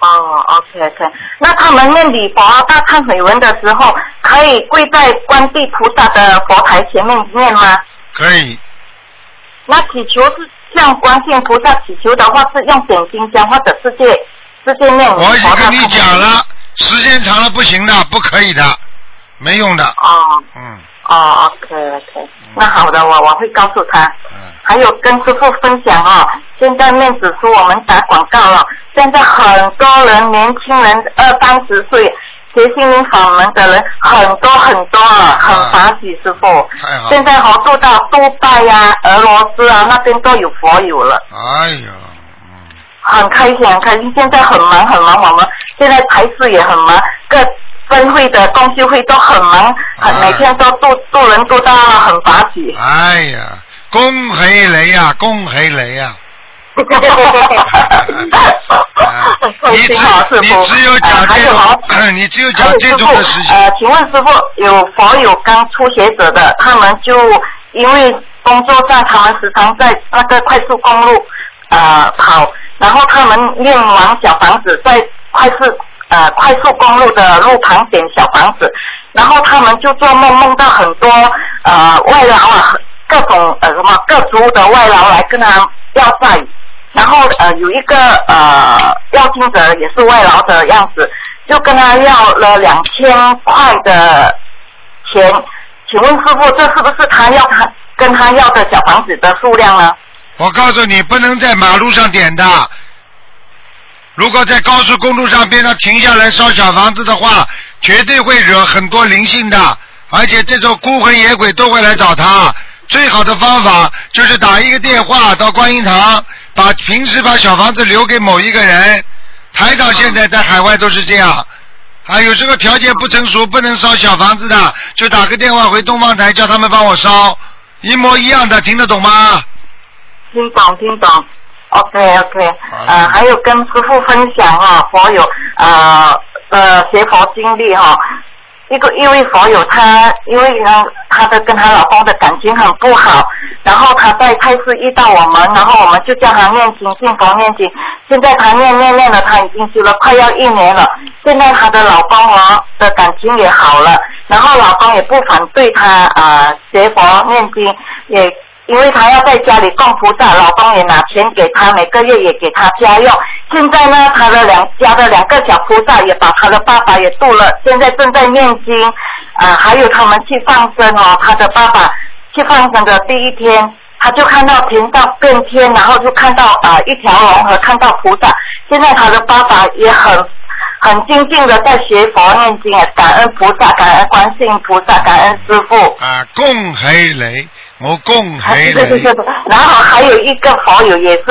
S13: 哦，OK OK，那他们念礼佛大忏悔文的时候，可以跪在观世菩萨的佛台前面念吗？
S2: 可以，
S13: 那祈求是向观世音菩萨祈求的话，是用点心香或者直接直接念礼
S2: 我已
S13: 佛
S2: 经跟
S13: 大忏
S2: 你
S13: 悔
S2: 讲
S13: 文。
S2: 了，时间长了不行的，不可以的，没用的。
S13: 哦
S2: 嗯，
S13: 哦，OK OK，那好的，我我会告诉他。
S2: 嗯
S13: 还有跟师傅分享哦，现在面子书我们打广告了，现在很多人年轻人二三十岁学心灵法门的人很多很多了，很法喜师傅。
S2: 啊太好了
S13: 现在合住到杜拜呀、俄罗斯啊那边都有佛友了。
S2: 哎呦，
S13: 很开心，很开心。现在很忙很忙，我们现在台式也很忙，各分会的公修会都很忙，很每天都度度人度到很法喜。
S2: 哎呀，恭喜你呀、恭喜你啊呀、
S13: 开心啊，师
S2: 你只有讲这种，你只有讲这种的事情。
S13: 呃，请问师傅，有佛友刚初学者的，他们就因为工作上，他们时常在那个快速公路呃跑，然后他们念完小房子，在快速呃快速公路的路旁点小房子，然后他们就做梦，梦到很多呃外劳啊，各种呃什么各族的外劳来跟他要债，然后呃有一个呃要经者也是外劳的样子，就跟他要了两千块的钱，请问师傅这是不是他要他跟他要的小房子的数量呢？
S2: 我告诉你，不能在马路上点的。如果在高速公路上边上停下来烧小房子的话，绝对会惹很多灵性的，而且这种孤魂野鬼都会来找他。最好的方法就是打一个电话到观音堂，把平时把小房子留给某一个人。台长现在在海外都是这样，啊，有时候条件不成熟，不能烧小房子的，就打个电话回东方台，叫他们帮我烧，一模一样的，听得懂吗？
S13: 听懂听懂。 OK OK，呃，还有跟师傅分享哈、佛友呃呃学佛经历哈、一个因为佛友他因为呢他的跟他老公的感情很不好，然后他在开始遇到我们，然后我们就叫他念经信佛念经，现在他念念念了，他已经修了快要一年了，现在她的老公哦的感情也好了，然后老公也不反对她啊、呃学佛念经，也因为她要在家里供菩萨，老公也拿钱给她，每个月也给她家用。现在呢，她的两家的两个小菩萨也把她的爸爸也度了，现在正在念经啊、呃还有他们去放生哦，她的爸爸去放生的第一天。她就看到天上变天，然后就看到啊、呃一条龙和看到菩萨。现在她的爸爸也很很精进的在学佛念经啊，感恩菩萨，感恩观世音菩萨，感恩师傅。
S2: 啊，恭喜你，我恭喜
S13: 对对对
S2: 你
S13: 对。对然后还有一个佛友也是，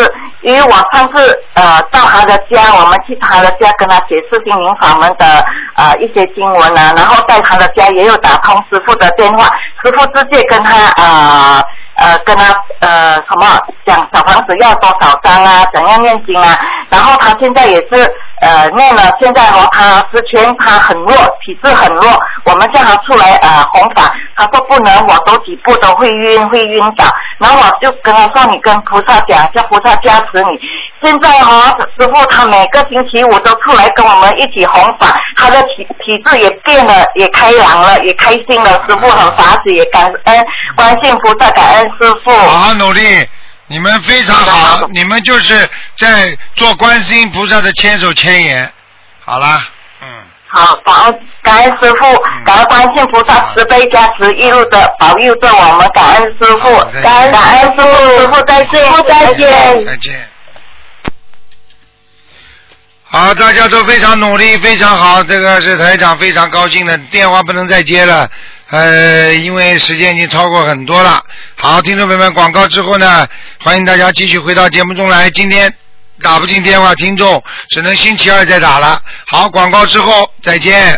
S13: 因为我上次呃到他的家，我们去他的家跟他解释心灵法门的呃一些经文啊，然后在他的家也有打通师傅的电话，师傅直接跟他呃呃跟他呃什么讲小房子要多少张啊，怎样念经啊，然后他现在也是呃念了，现在和他之前他很弱，体质很弱，我们叫他出来呃弘法，他说不能，我走几步都会晕，会晕倒。然后我就跟他说，你跟菩萨讲，叫菩萨加持你。现在哈、哦，师傅他每个星期五都出来跟我们一起弘法，他的体体质也变了，也开朗了，也开心了。师傅很法喜，也感恩观世音菩萨，感恩师傅。
S2: 好好努力，你们非常好，你们就是在做观世音菩萨的千手千眼。好啦，
S13: 好，感恩感恩师傅，感恩观世音菩萨慈悲加持，一路的保佑着我们，感恩师傅，感恩感恩师傅，师傅再见，师傅再见。
S2: 再见。好，大家都非常努力，非常好，这个是台长非常高兴的。电话不能再接了，呃，因为时间已经超过很多了。好，听众朋友们，广告之后呢，欢迎大家继续回到节目中来。今天打不进电话，听众只能星期二再打了。好，广告之后再见。